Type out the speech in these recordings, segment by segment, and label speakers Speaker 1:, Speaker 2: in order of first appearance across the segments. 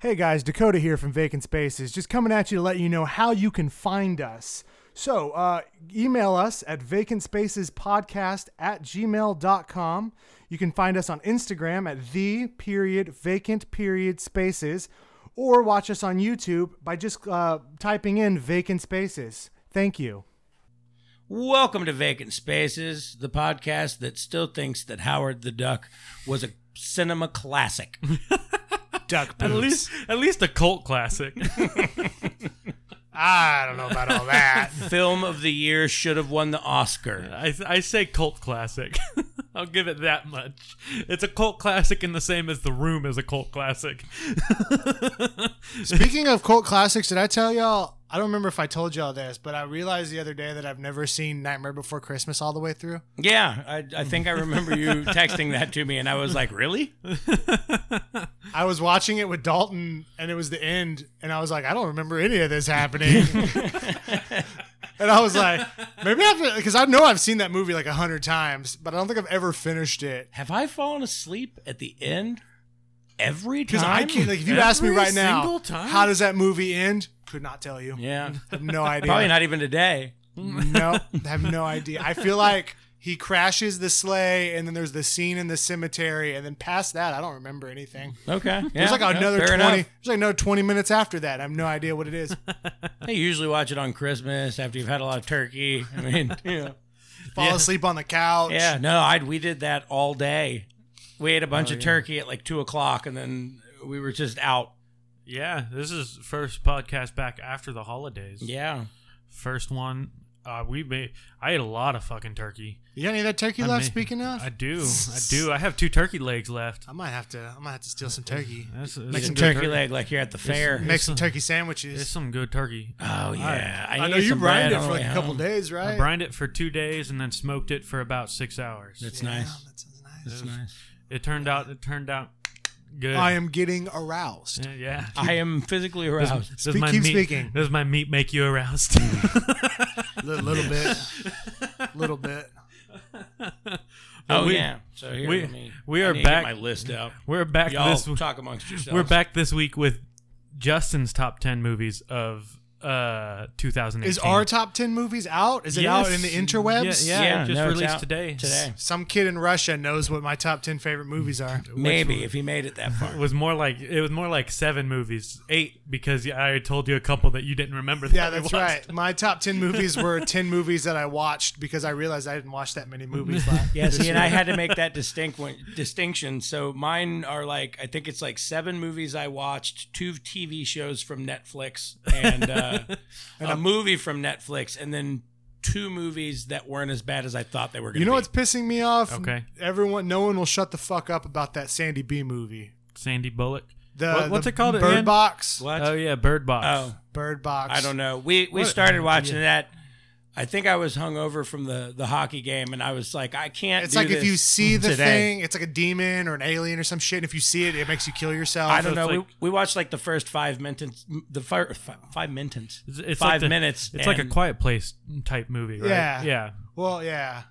Speaker 1: Hey guys, Dakota here from Vacant Spaces, just coming at you to let you know how you can find us. So, uh, email us at vacantspacespodcast at gmail.com. You can find us on Instagram at the period vacant period spaces, or watch us on YouTube by just uh, typing in vacant spaces. Thank you.
Speaker 2: Welcome to Vacant Spaces, the podcast that still thinks that Howard the Duck was a cinema classic.
Speaker 1: Duck
Speaker 3: At least, at least a cult classic.
Speaker 1: I don't know about all that.
Speaker 2: Film of the year should have won the Oscar.
Speaker 3: I, I say cult classic. I'll give it that much. It's a cult classic in the same as The Room is a cult classic.
Speaker 1: Speaking of cult classics, did I tell y'all? I don't remember if I told y'all this, but I realized the other day that I've never seen Nightmare Before Christmas all the way through.
Speaker 2: Yeah, I, I think I remember you texting that to me, and I was like, really?
Speaker 1: I was watching it with Dalton, and it was the end, and I was like, I don't remember any of this happening. and I was like, maybe I've because I know I've seen that movie like a hundred times, but I don't think I've ever finished it.
Speaker 2: Have I fallen asleep at the end every
Speaker 1: Because
Speaker 2: time?
Speaker 1: I can't. Like, if you ask me
Speaker 3: Every
Speaker 1: right now,
Speaker 3: single time?
Speaker 1: how does that movie end? Could not tell you.
Speaker 2: yeah,
Speaker 1: I have no idea.
Speaker 2: probably not even today.
Speaker 1: no, I have no idea. I feel like he crashes the sleigh, and then there's the scene in the cemetery, and then past that, I don't remember anything.
Speaker 2: Okay, yeah,
Speaker 1: There's like
Speaker 2: no,
Speaker 1: another
Speaker 2: fair
Speaker 1: twenty.
Speaker 2: enough.
Speaker 1: There's like another twenty minutes after that. I have no idea what it is.
Speaker 2: They usually watch it on Christmas after you've had a lot of turkey. I mean, yeah,
Speaker 1: Fall asleep on the couch.
Speaker 2: yeah. No, I we did that all day. We ate a bunch of turkey at like two o'clock, and then we were just out.
Speaker 3: yeah, this is first podcast back after the holidays.
Speaker 2: Yeah,
Speaker 3: First one. Uh, we made. I ate a lot of fucking turkey.
Speaker 1: You got any of that turkey
Speaker 3: I
Speaker 1: left?
Speaker 3: may-
Speaker 1: Speaking of,
Speaker 3: I do. I do. I have two turkey legs left.
Speaker 1: I might have to. I might have to steal some turkey.
Speaker 3: That's, that's
Speaker 1: Make
Speaker 2: some
Speaker 1: some
Speaker 3: good
Speaker 2: turkey, leg like you're at the fair.
Speaker 1: Make some turkey
Speaker 3: There's
Speaker 1: sandwiches.
Speaker 3: some good turkey.
Speaker 2: oh yeah,
Speaker 1: I
Speaker 2: ate
Speaker 1: know you
Speaker 2: some
Speaker 1: brined
Speaker 2: bread
Speaker 1: it
Speaker 2: on
Speaker 1: for
Speaker 2: the
Speaker 1: like
Speaker 2: way
Speaker 1: a couple
Speaker 2: home.
Speaker 1: days, right?
Speaker 3: I brined it for two days and then smoked it for about six hours.
Speaker 2: That's
Speaker 1: Yeah,
Speaker 2: nice.
Speaker 1: that sounds
Speaker 2: That's
Speaker 1: nice.
Speaker 2: nice.
Speaker 3: It turned out. It turned out good.
Speaker 1: I am getting aroused.
Speaker 3: Yeah, Yeah.
Speaker 2: I am physically aroused.
Speaker 3: Does
Speaker 1: Speak-
Speaker 3: my
Speaker 1: keep
Speaker 3: meat,
Speaker 1: speaking.
Speaker 3: Does my meat make you aroused?
Speaker 1: A little, little bit. little bit.
Speaker 2: Oh
Speaker 3: We-
Speaker 2: yeah. So here,
Speaker 3: we-
Speaker 2: let me-
Speaker 3: we
Speaker 2: I
Speaker 3: are
Speaker 2: need to get
Speaker 3: back-
Speaker 2: My list out.
Speaker 3: We're back
Speaker 2: Y'all
Speaker 3: this. w-
Speaker 2: talk amongst yourselves.
Speaker 3: We're back this week with Justin's top ten movies of uh 2018.
Speaker 1: Is our top ten movies out? Is it out in the
Speaker 3: Yes.
Speaker 1: interwebs?
Speaker 3: Yeah, it just
Speaker 2: it's
Speaker 3: released
Speaker 2: out
Speaker 3: today.
Speaker 2: Today.
Speaker 1: Some kid in Russia knows what my top ten favorite movies are.
Speaker 2: Maybe if he made it that far.
Speaker 3: It was more like it was more like seven movies, eight because I told you a couple that you didn't remember.
Speaker 1: Yeah,
Speaker 3: that we
Speaker 1: that's
Speaker 3: watched.
Speaker 1: right. My top ten movies were ten movies that I watched because I realized I didn't watch that many movies. Last
Speaker 2: Yeah, see, and I had to make that distinct one, distinction. So mine are like I think it's like seven movies I watched, two TV shows from Netflix, and, uh, a, movie from Netflix, and then two movies that weren't as bad as I thought they were going to.
Speaker 1: You know
Speaker 2: be.
Speaker 1: what's pissing me off?
Speaker 3: Okay.
Speaker 1: Everyone, no one will shut the fuck up about that Sandy B movie.
Speaker 3: Sandy Bullock.
Speaker 1: The
Speaker 3: What- what's
Speaker 1: the
Speaker 3: it called
Speaker 1: Bird
Speaker 3: again?
Speaker 1: Box.
Speaker 2: What?
Speaker 3: Oh yeah, Bird Box.
Speaker 2: Oh,
Speaker 1: Bird Box.
Speaker 2: I don't know. We we
Speaker 3: What-
Speaker 2: started watching that. I think I was hungover from the the hockey game, and I was like, I can't.
Speaker 1: It's
Speaker 2: do
Speaker 1: like if
Speaker 2: this
Speaker 1: you see the
Speaker 2: today.
Speaker 1: thing, it's like a demon or an alien or some shit. And if you see it, it makes you kill yourself.
Speaker 2: I don't know.
Speaker 3: it's like-
Speaker 2: we, we watched like the first five minutes. The fir- fi- five minutes.
Speaker 3: It's, it's
Speaker 2: five
Speaker 3: like the-
Speaker 2: minutes.
Speaker 3: It's like a
Speaker 2: and-
Speaker 3: Quiet Place type movie, right?
Speaker 1: Yeah.
Speaker 3: Yeah.
Speaker 1: Well, yeah.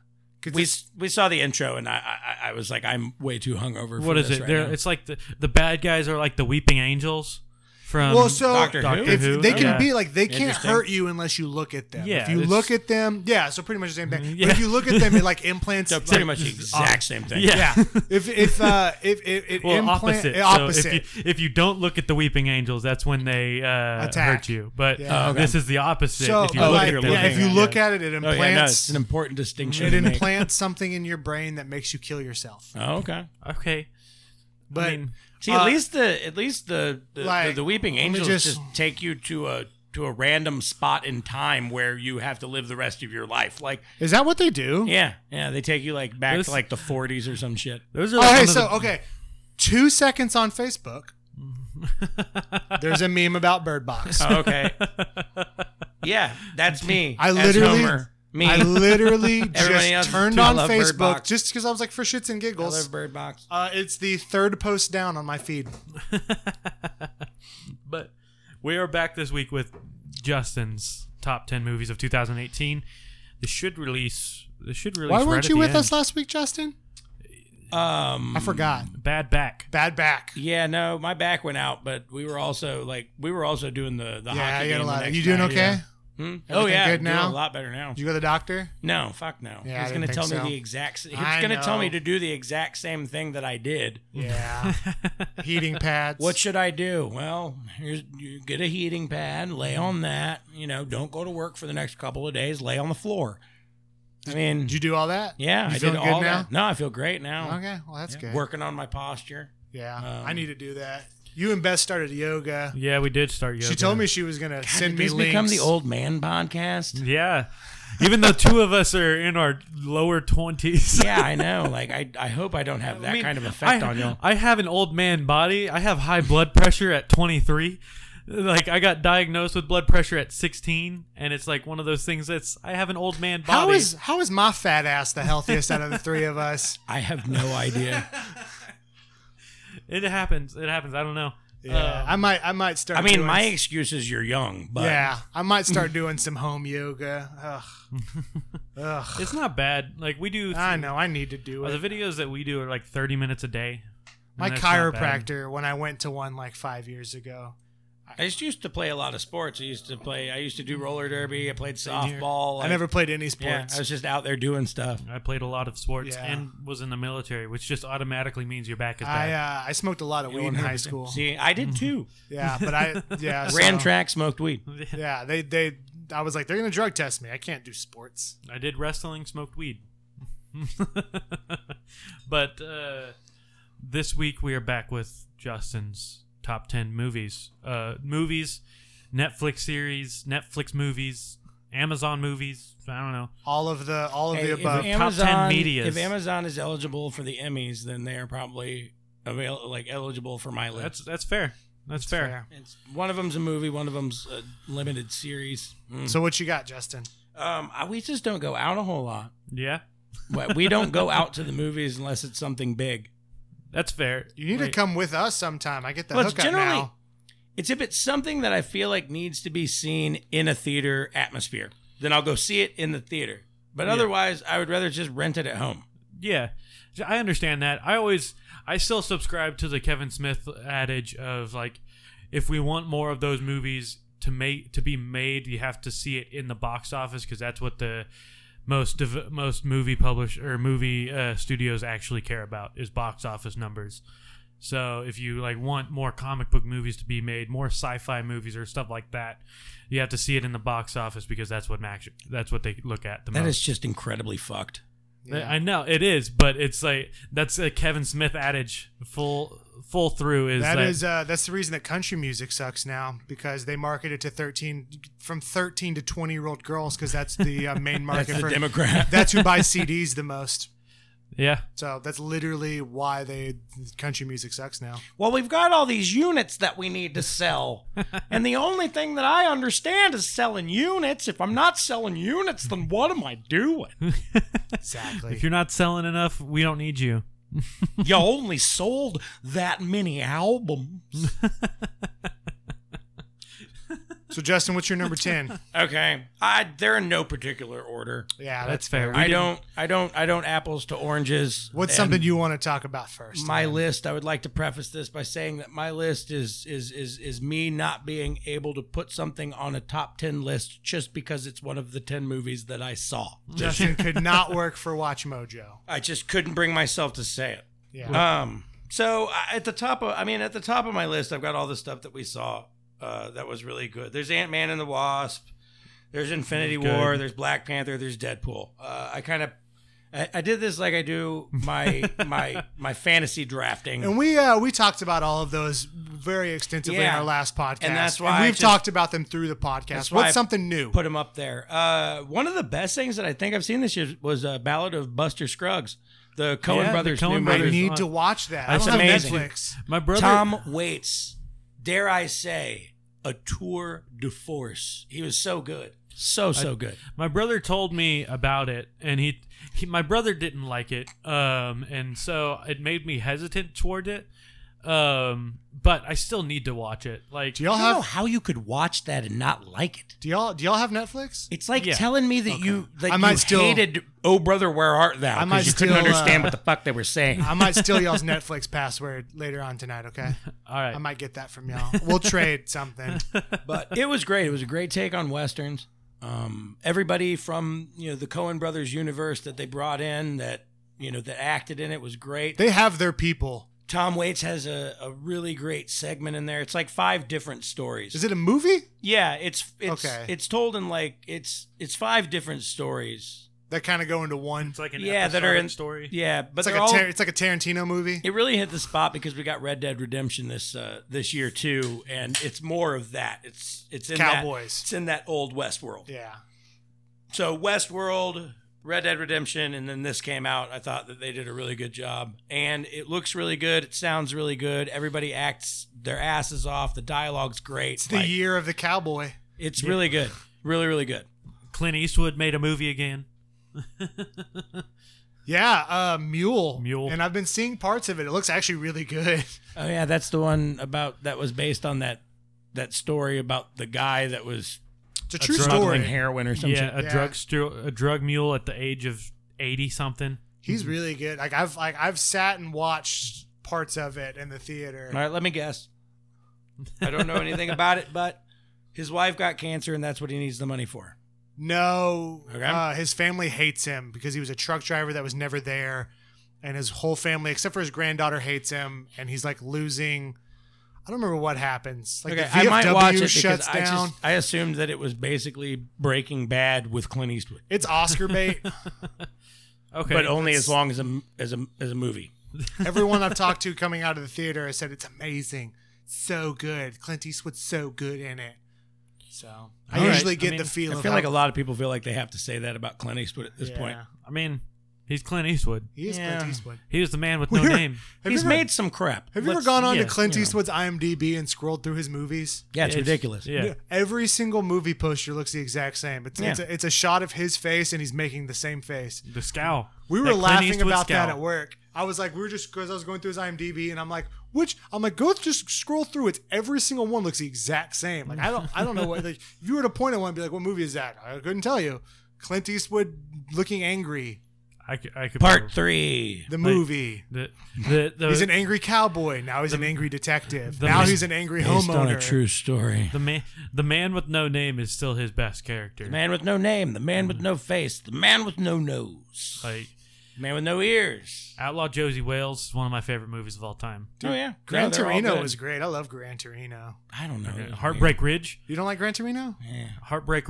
Speaker 1: 'Cause
Speaker 2: we
Speaker 1: it's-
Speaker 2: we saw the intro and I I, I was like I'm way too hungover. For
Speaker 3: What is
Speaker 2: this
Speaker 3: it?
Speaker 2: Right
Speaker 3: They're-
Speaker 2: now.
Speaker 3: it's like the the bad guys are like the weeping angels from
Speaker 1: well, so
Speaker 2: Doctor Who?
Speaker 1: if
Speaker 3: Who?
Speaker 1: they can
Speaker 3: Yeah.
Speaker 1: be like they can't
Speaker 2: Interesting.
Speaker 1: hurt you unless you look at them.
Speaker 3: Yeah,
Speaker 1: if you
Speaker 3: it's-
Speaker 1: look at them, yeah. So pretty much the same thing.
Speaker 3: Yeah.
Speaker 1: But if you look at them, it like implants.
Speaker 2: so Mm-hmm. pretty
Speaker 1: like-
Speaker 2: much the exact same thing.
Speaker 3: yeah.
Speaker 1: If if uh if it, it
Speaker 3: Well,
Speaker 1: implant- eh,
Speaker 3: opposite.
Speaker 1: opposite.
Speaker 3: So if you if you don't look at the weeping angels, that's when they uh,
Speaker 1: Attack.
Speaker 3: hurt you. But uh,
Speaker 1: Yeah.
Speaker 2: Oh, okay.
Speaker 3: this is the opposite.
Speaker 1: So,
Speaker 3: if you
Speaker 1: but
Speaker 3: look
Speaker 1: like,
Speaker 3: at
Speaker 2: you're
Speaker 3: the
Speaker 1: yeah, if
Speaker 2: looking
Speaker 1: you
Speaker 2: at
Speaker 1: look
Speaker 2: it.
Speaker 1: at it, it
Speaker 2: Oh, yeah, no, it's
Speaker 1: implants.
Speaker 2: an important distinction.
Speaker 1: it
Speaker 2: to make.
Speaker 1: implants something in your brain that makes you kill yourself.
Speaker 2: Oh, okay.
Speaker 3: okay,
Speaker 1: But
Speaker 3: mean,
Speaker 2: See, at
Speaker 1: Uh,
Speaker 2: least the at least the the,
Speaker 1: like,
Speaker 2: the, the weeping
Speaker 1: let me
Speaker 2: angels
Speaker 1: just-
Speaker 2: just, take you to a to a random spot in time where you have to live the rest of your life. Like,
Speaker 1: is that what they do?
Speaker 2: yeah, yeah, they take you like back
Speaker 3: This-
Speaker 2: to like the 40s or some shit.
Speaker 3: those are.
Speaker 1: Oh,
Speaker 3: like
Speaker 1: hey,
Speaker 3: one of
Speaker 1: so
Speaker 3: the-
Speaker 1: okay, two seconds on Facebook. There's a meme about Bird Box.
Speaker 2: Oh, okay. yeah, that's me.
Speaker 1: I
Speaker 2: as
Speaker 1: literally-
Speaker 2: Homer. me.
Speaker 1: I literally
Speaker 2: Everybody
Speaker 1: just
Speaker 2: else is
Speaker 1: turned
Speaker 2: too. I
Speaker 1: on
Speaker 2: love Bird
Speaker 1: Facebook
Speaker 2: Box.
Speaker 1: just because I was like, for shits and
Speaker 2: I
Speaker 1: giggles.
Speaker 2: love Bird Box.
Speaker 1: Uh, it's the third post down on my feed.
Speaker 3: but we are back this week with Justin's top ten movies of 2018. This should release. This should release.
Speaker 1: Why
Speaker 3: right
Speaker 1: weren't
Speaker 3: at
Speaker 1: you
Speaker 3: the
Speaker 1: with
Speaker 3: end.
Speaker 1: us last week, Justin?
Speaker 2: Um,
Speaker 1: I forgot.
Speaker 3: Bad back.
Speaker 1: Bad back.
Speaker 2: yeah, no, my back went out, but we were also like we were also doing the the
Speaker 1: yeah,
Speaker 2: hockey
Speaker 1: you got
Speaker 2: game.
Speaker 1: a
Speaker 2: the
Speaker 1: lot. Of,
Speaker 2: next
Speaker 1: you doing
Speaker 2: night.
Speaker 1: okay?
Speaker 2: Hmm? Oh
Speaker 1: Everything
Speaker 2: yeah,
Speaker 1: good
Speaker 2: doing
Speaker 1: now?
Speaker 2: a lot better now.
Speaker 1: Did you go to the doctor?
Speaker 2: No, fuck no.
Speaker 1: Yeah, I
Speaker 2: he's gonna
Speaker 1: didn't
Speaker 2: tell
Speaker 1: think so.
Speaker 2: me the exact. He's
Speaker 1: I
Speaker 2: gonna tell me
Speaker 1: know.
Speaker 2: to do the exact same thing that I did.
Speaker 1: Yeah. Heating pads.
Speaker 2: What should I do? Well, here's you get a heating pad, lay on that. You know, don't go to work for the next couple of days. Lay on the floor. I mean,
Speaker 1: did you do all that?
Speaker 2: yeah,
Speaker 1: You
Speaker 2: I did
Speaker 1: feeling good
Speaker 2: all
Speaker 1: now?
Speaker 2: that. No, I feel great now.
Speaker 1: Okay. Well, that's good.
Speaker 2: Working on my posture.
Speaker 1: Yeah.
Speaker 2: Um,
Speaker 1: I need to do that. You and Beth started yoga.
Speaker 3: Yeah, we did start yoga.
Speaker 1: She told me she was gonna
Speaker 2: God,
Speaker 1: send
Speaker 2: did
Speaker 1: me
Speaker 2: this become
Speaker 1: links.
Speaker 2: the old man podcast?
Speaker 3: Yeah. Even though two of us are in our lower 20s.
Speaker 2: yeah, I know. Like, I, I hope I don't have that
Speaker 3: I mean,
Speaker 2: kind of effect
Speaker 3: I,
Speaker 2: on you.
Speaker 3: I have an old man body. I have high blood pressure at 23. Like I got diagnosed with blood pressure at 16, and it's like one of those things that's I have an old man body.
Speaker 1: how is how is my fat ass the healthiest out of the three of us?
Speaker 2: I have no idea.
Speaker 3: it happens? It happens. I don't know.
Speaker 1: Yeah.
Speaker 3: Uh,
Speaker 1: I might I might start.
Speaker 2: I mean,
Speaker 1: doing
Speaker 2: my
Speaker 1: s-
Speaker 2: excuse is you're young, but
Speaker 1: yeah, I might start doing some home yoga. Ugh. Ugh.
Speaker 3: it's not bad. Like we do.
Speaker 1: I know. I need to do
Speaker 3: The
Speaker 1: it.
Speaker 3: videos that we do are like 30 minutes a day. and
Speaker 1: My
Speaker 3: that's not bad.
Speaker 1: chiropractor, when I went to one like five years ago,
Speaker 2: I just used to play a lot of sports. I used to play. I used to do roller derby. I played
Speaker 1: I
Speaker 2: softball. like-
Speaker 1: never played any
Speaker 2: Yeah,
Speaker 1: sports.
Speaker 2: I was just out there doing stuff.
Speaker 3: I played a lot of sports
Speaker 1: Yeah.
Speaker 3: and was in the military, which just automatically means your back is
Speaker 1: I
Speaker 3: bad.
Speaker 1: uh, I smoked a lot of weed in high school. Mm-hmm.
Speaker 2: See, I did too.
Speaker 1: Yeah, but I yeah
Speaker 2: Ran
Speaker 1: so-
Speaker 2: track, smoked weed.
Speaker 1: Yeah, they they I was like they're gonna drug test me. I can't do sports.
Speaker 3: I did wrestling, smoked weed. but uh, this week we are back with Justin's top 10 movies. Uh, movies, Netflix series, Netflix movies, Amazon movies. I don't know.
Speaker 1: All of the all of
Speaker 2: Hey,
Speaker 1: the
Speaker 2: if
Speaker 1: above.
Speaker 3: Am-
Speaker 2: Amazon,
Speaker 3: 10 medias.
Speaker 2: If Amazon is eligible for the Emmys, then they are probably avail- like eligible for my list.
Speaker 3: That's that's fair. That's, fair.
Speaker 1: fair.
Speaker 2: It's one of them's a movie, one of them's a limited series. Mm.
Speaker 1: So what you got, Justin?
Speaker 2: Um, I- we just don't go out a whole lot.
Speaker 3: Yeah.
Speaker 2: But we don't go out to the movies unless it's something big.
Speaker 3: That's fair.
Speaker 1: You need to
Speaker 3: Wait,
Speaker 1: come with us sometime. I get the
Speaker 2: Well, it's
Speaker 1: hookup
Speaker 2: generally-
Speaker 1: now.
Speaker 2: It's if it's something that I feel like needs to be seen in a theater atmosphere, then I'll go see it in the theater. But
Speaker 3: Yeah.
Speaker 2: otherwise, I would rather just rent it at home.
Speaker 3: Yeah, I understand that. I always, I still subscribe to the Kevin Smith adage of like, if we want more of those movies to make to be made, you have to see it in the box office because that's what the most dev- most movie publish or movie uh, studios actually care about is box office numbers. So if you like want more comic book movies to be made, more sci-fi movies or stuff like that, you have to see it in the box office because that's what max- that's what they look at the
Speaker 2: That
Speaker 3: most.
Speaker 2: is just incredibly fucked.
Speaker 1: Yeah.
Speaker 3: I know it is, but it's like that's a Kevin Smith adage. Full full through is
Speaker 1: That
Speaker 3: like-
Speaker 1: is uh, that's the reason that country music sucks now because they market it to thirteen from thirteen to twenty year old girls because that's the uh, main
Speaker 2: That's
Speaker 1: market
Speaker 2: the
Speaker 1: for
Speaker 2: Democrat.
Speaker 1: that's who buys CDs the most.
Speaker 3: yeah.
Speaker 1: So that's literally why they country music sucks now.
Speaker 2: well, we've got all these units that we need to sell. and the only thing that I understand is selling units. If I'm not selling units, then what am I doing?
Speaker 1: Exactly.
Speaker 3: If you're not selling enough, we don't need you.
Speaker 2: you only sold that many albums.
Speaker 1: so Justin, what's your number ten?
Speaker 2: Okay. I they're in no particular order.
Speaker 1: Yeah,
Speaker 3: That's
Speaker 1: that's
Speaker 3: fair. We
Speaker 2: I
Speaker 3: didn't-
Speaker 2: don't I don't I don't apples to oranges.
Speaker 1: what's
Speaker 2: And
Speaker 1: something you want to talk about first.
Speaker 2: my list I would like to preface this by saying that my list is is is is me not being able to put something on a top 10 list just because it's one of the 10 movies that I saw.
Speaker 1: Justin could not work for Watch Mojo.
Speaker 2: I just couldn't bring myself to say it.
Speaker 1: Yeah.
Speaker 2: Um. So I- at the top of, I mean, at the top of my list, I've got all the stuff that we saw uh, that was really good. There's Ant Man and the Wasp. There's Infinity
Speaker 3: Good.
Speaker 2: War. There's Black Panther. There's Deadpool. Uh, I kind of, I, I did this like I do my my my fantasy drafting.
Speaker 1: and we uh, we talked about all of those very extensively in
Speaker 2: Yeah.
Speaker 1: our last podcast,
Speaker 2: And that's why I
Speaker 1: we've
Speaker 2: just-
Speaker 1: talked about them through the podcast.
Speaker 2: That's why
Speaker 1: What's
Speaker 2: I
Speaker 1: something new?
Speaker 2: Put him up there. Uh, one of the best things that I think I've seen this year was uh, Ballad of Buster Scruggs, the Cohen
Speaker 3: Yeah, the
Speaker 2: Brothers.
Speaker 3: Coen
Speaker 2: new
Speaker 1: I
Speaker 3: Brothers.
Speaker 2: movie.
Speaker 1: need to watch that.
Speaker 2: That's
Speaker 1: I don't
Speaker 2: amazing.
Speaker 1: have Netflix.
Speaker 3: My brother
Speaker 2: Tom Waits, dare I say, a tour de force. He was so good. So, so good.
Speaker 3: my brother told me about it and he, he my brother didn't like it um and so it made me hesitant toward it Um, but I still need to watch it. Like,
Speaker 1: Do y'all
Speaker 2: I don't know
Speaker 1: have
Speaker 2: how you could watch that and not like it.
Speaker 1: do y'all do y'all have Netflix?
Speaker 2: It's like
Speaker 3: Yeah.
Speaker 2: telling me that you like
Speaker 1: I might
Speaker 2: you
Speaker 1: still-
Speaker 2: hated "Oh Brother, Where Art Thou"
Speaker 1: I might
Speaker 2: because you couldn't
Speaker 1: still, uh,
Speaker 2: understand what the fuck they were saying.
Speaker 1: I might steal y'all's Netflix password later on tonight, okay?
Speaker 3: all right,
Speaker 1: I might get that from y'all. We'll trade something.
Speaker 2: but it was great. It was a great take on westerns. Um, everybody from you know the Cohen brothers universe that they brought in that you know that acted in it was great.
Speaker 1: They have their people.
Speaker 2: Tom Waits has a, a really great segment in there. It's like five different stories.
Speaker 1: Is it a movie?
Speaker 2: yeah, it's it's
Speaker 1: Okay.
Speaker 2: it's told in like it's it's five different stories.
Speaker 1: That kind of go into one.
Speaker 3: it's like an
Speaker 2: yeah, that are
Speaker 3: episodic
Speaker 2: in
Speaker 3: story.
Speaker 2: Yeah, but
Speaker 1: It's like
Speaker 2: they're
Speaker 1: a
Speaker 2: all,
Speaker 1: tar- it's like a Tarantino movie.
Speaker 2: It really hit the spot because we got Red Dead Redemption this uh, this year too, and it's more of that. It's it's in that-
Speaker 1: Cowboys.
Speaker 2: it's in that old West world.
Speaker 1: Yeah.
Speaker 2: So Westworld, Red Dead Redemption, and then this came out. I thought that they did a really good job, and it looks really good. It sounds really good. Everybody acts their asses off. The dialogue's great.
Speaker 1: It's the
Speaker 2: Like,
Speaker 1: year of the cowboy.
Speaker 2: it's really good. Really, really good.
Speaker 3: Clint Eastwood made a movie again.
Speaker 1: Yeah, uh, Mule.
Speaker 3: Mule.
Speaker 1: And I've been seeing parts of it. It looks actually really good.
Speaker 2: Oh yeah, that's the one about that was based on that that story about the guy that was
Speaker 1: It's a true
Speaker 2: smuggling
Speaker 1: story.
Speaker 2: heroin or something.
Speaker 3: Yeah, a
Speaker 1: Yeah.
Speaker 3: drug stu- a drug mule at the age of eighty something.
Speaker 1: He's really good. Like I've like I've sat and watched parts of it in the theater.
Speaker 2: All right, let me guess. I don't know anything about it, but his wife got cancer, and that's what he needs the money for.
Speaker 1: No,
Speaker 2: Okay.
Speaker 1: uh, his family hates him because he was a truck driver that was never there, and his whole family, except for his granddaughter, hates him, and he's like losing. I don't remember what happens. Like
Speaker 2: okay,
Speaker 1: the
Speaker 2: I
Speaker 1: VFW
Speaker 2: might watch it because
Speaker 1: shuts
Speaker 2: I
Speaker 1: down.
Speaker 2: just I assumed that it was basically Breaking Bad with Clint Eastwood,
Speaker 1: It's Oscar bait.
Speaker 3: Okay,
Speaker 2: but only as long as a as a as a movie.
Speaker 1: Everyone I've talked to coming out of the theater has said it's amazing, so good. Clint Eastwood's so good in it. So I
Speaker 2: All right.
Speaker 1: usually
Speaker 2: I
Speaker 1: get
Speaker 3: mean,
Speaker 1: the feel.
Speaker 2: I
Speaker 1: of
Speaker 2: feel
Speaker 1: how-
Speaker 2: like a lot of people feel like they have to say that about Clint Eastwood at this
Speaker 1: Yeah.
Speaker 2: point.
Speaker 3: I mean, he's Clint Eastwood.
Speaker 1: He is
Speaker 2: Yeah.
Speaker 1: Clint Eastwood.
Speaker 3: He was the man with no
Speaker 1: We're-
Speaker 3: name.
Speaker 1: Have
Speaker 2: He's
Speaker 1: you ever-
Speaker 2: made some crap.
Speaker 1: Have you ever
Speaker 2: Let's-
Speaker 1: gone on
Speaker 3: yeah,
Speaker 1: to Clint
Speaker 2: you know.
Speaker 1: Eastwood's IMDb and scrolled through his movies?
Speaker 2: Yeah, it's, ridiculous.
Speaker 3: Yeah,
Speaker 1: Every single movie poster looks the exact same. It's, it's,
Speaker 2: Yeah.
Speaker 1: a, it's a shot of his face and he's making the same face.
Speaker 3: the scowl.
Speaker 1: We
Speaker 3: That
Speaker 1: were
Speaker 3: Clint
Speaker 1: laughing
Speaker 3: Eastwood
Speaker 1: about that
Speaker 3: scowl.
Speaker 1: at work. I was like, we were just because I was going through his IMDb and I'm like, which I'm like, go just scroll through. It's every single one looks the exact same. Like I don't I don't know what like if you were to point at one and be like, what movie is that? I couldn't tell you. Clint Eastwood looking angry.
Speaker 3: I could, I could
Speaker 2: Part
Speaker 3: probably-
Speaker 2: three.
Speaker 1: The movie.
Speaker 3: The, the, the,
Speaker 1: he's an angry cowboy. Now he's an angry detective.
Speaker 3: the-
Speaker 1: now he's an angry
Speaker 2: Based on a
Speaker 1: homeowner.
Speaker 2: true story.
Speaker 3: the man the man with no name is still his best character.
Speaker 2: The man with no name, the man with no face, the man with no nose,
Speaker 3: Like
Speaker 2: the man with no ears.
Speaker 3: Outlaw Josie Wales is one of my favorite movies of all time.
Speaker 2: oh yeah,
Speaker 1: Gran
Speaker 2: No, they're all
Speaker 1: Torino
Speaker 2: good.
Speaker 1: was great. I love Gran Torino.
Speaker 2: I don't know.
Speaker 3: Heartbreak Ridge.
Speaker 1: You don't like Gran Torino?
Speaker 2: Yeah.
Speaker 3: Heartbreak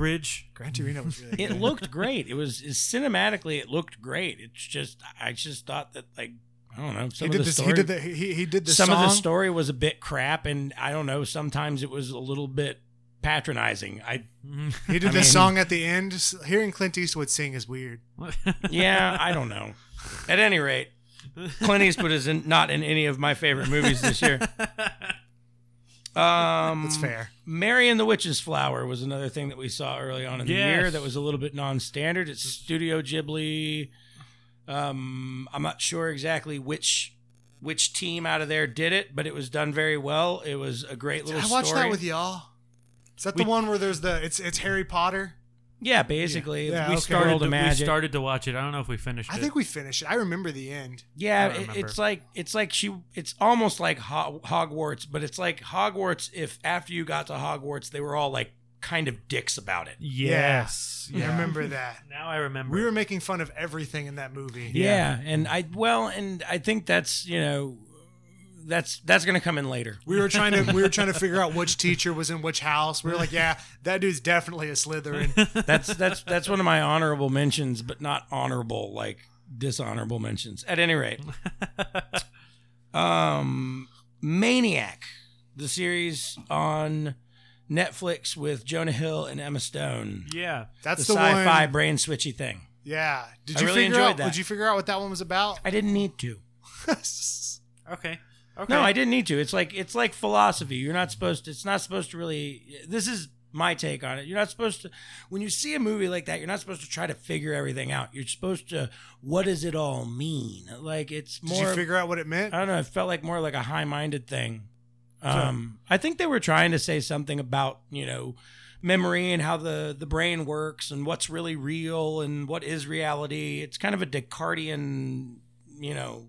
Speaker 3: Ridge.
Speaker 1: Gran Torino was really
Speaker 2: It
Speaker 1: good.
Speaker 2: looked great. It was it's, cinematically. It looked great. It's just I just thought that like I don't know.
Speaker 1: he
Speaker 2: Some of
Speaker 1: did
Speaker 2: the
Speaker 1: this.
Speaker 2: story,
Speaker 1: He did the. He, he did the
Speaker 2: some
Speaker 1: song.
Speaker 2: of the story was a bit crap, and I don't know. Sometimes it was a little bit patronizing. I
Speaker 1: He did
Speaker 2: I
Speaker 1: the
Speaker 2: mean-
Speaker 1: song at the end. S- Hearing Clint Eastwood sing is weird.
Speaker 2: yeah, I don't know. At any rate, Clint Eastwood is in, not in any of my favorite movies this year. Um,
Speaker 1: That's fair.
Speaker 2: Mary and the Witch's Flower was another thing that we saw early on in the
Speaker 3: Yes.
Speaker 2: year that was a little bit non-standard. It's Studio Ghibli. Um, I'm not sure exactly which which team out of there did it, but it was done very well. It was a great
Speaker 1: Did
Speaker 2: little
Speaker 1: I watched
Speaker 2: story.
Speaker 1: that with y'all. Is that the
Speaker 2: We-
Speaker 1: one where there's the? It's it's Harry Potter.
Speaker 2: yeah, basically,
Speaker 1: Yeah. Yeah,
Speaker 2: we
Speaker 1: okay.
Speaker 2: started the
Speaker 3: to, we
Speaker 2: magic.
Speaker 3: started to watch it. I don't know if we finished
Speaker 1: I
Speaker 3: it.
Speaker 1: think we finished it. I remember the end.
Speaker 2: yeah,
Speaker 3: I don't
Speaker 2: it-
Speaker 3: remember.
Speaker 2: it's like it's like she. It's almost like Ho- Hogwarts, but it's like Hogwarts. If after you got to Hogwarts, they were all like kind of dicks about it.
Speaker 3: yes.
Speaker 1: I remember that.
Speaker 3: Now I remember.
Speaker 1: We were making fun of everything in that movie.
Speaker 2: Yeah. and I well, and I think that's you know, that's that's gonna come in later.
Speaker 1: We were trying to we were trying to figure out which teacher was in which house. We were like, yeah, that dude's definitely a Slytherin.
Speaker 2: That's that's that's one of my honorable mentions, but not honorable like dishonorable mentions. At any rate, um, Maniac, the series on Netflix with Jonah Hill and Emma Stone,
Speaker 3: yeah.
Speaker 2: the,
Speaker 1: That's the, one.
Speaker 2: sci-fi brain switchy thing.
Speaker 1: Yeah. Did
Speaker 2: I
Speaker 1: you
Speaker 2: really
Speaker 1: figure
Speaker 2: enjoyed
Speaker 1: out?
Speaker 2: that.
Speaker 1: Did you figure out what that one was about?
Speaker 2: I didn't need to.
Speaker 3: Okay. Okay.
Speaker 2: No, I didn't need to. It's like it's like philosophy. You're not supposed to. It's not supposed to really. This is my take on it. You're not supposed to, when you see a movie like that, you're not supposed to try to figure everything out. You're supposed to, what does it all mean? Like it's
Speaker 1: Did
Speaker 2: more.
Speaker 1: you figure out what it meant?
Speaker 2: I don't know. It felt like more like a high-minded thing. Um, I think they were trying to say something about you know memory and how the the brain works and what's really real and what is reality. It's kind of a Descartian, you know.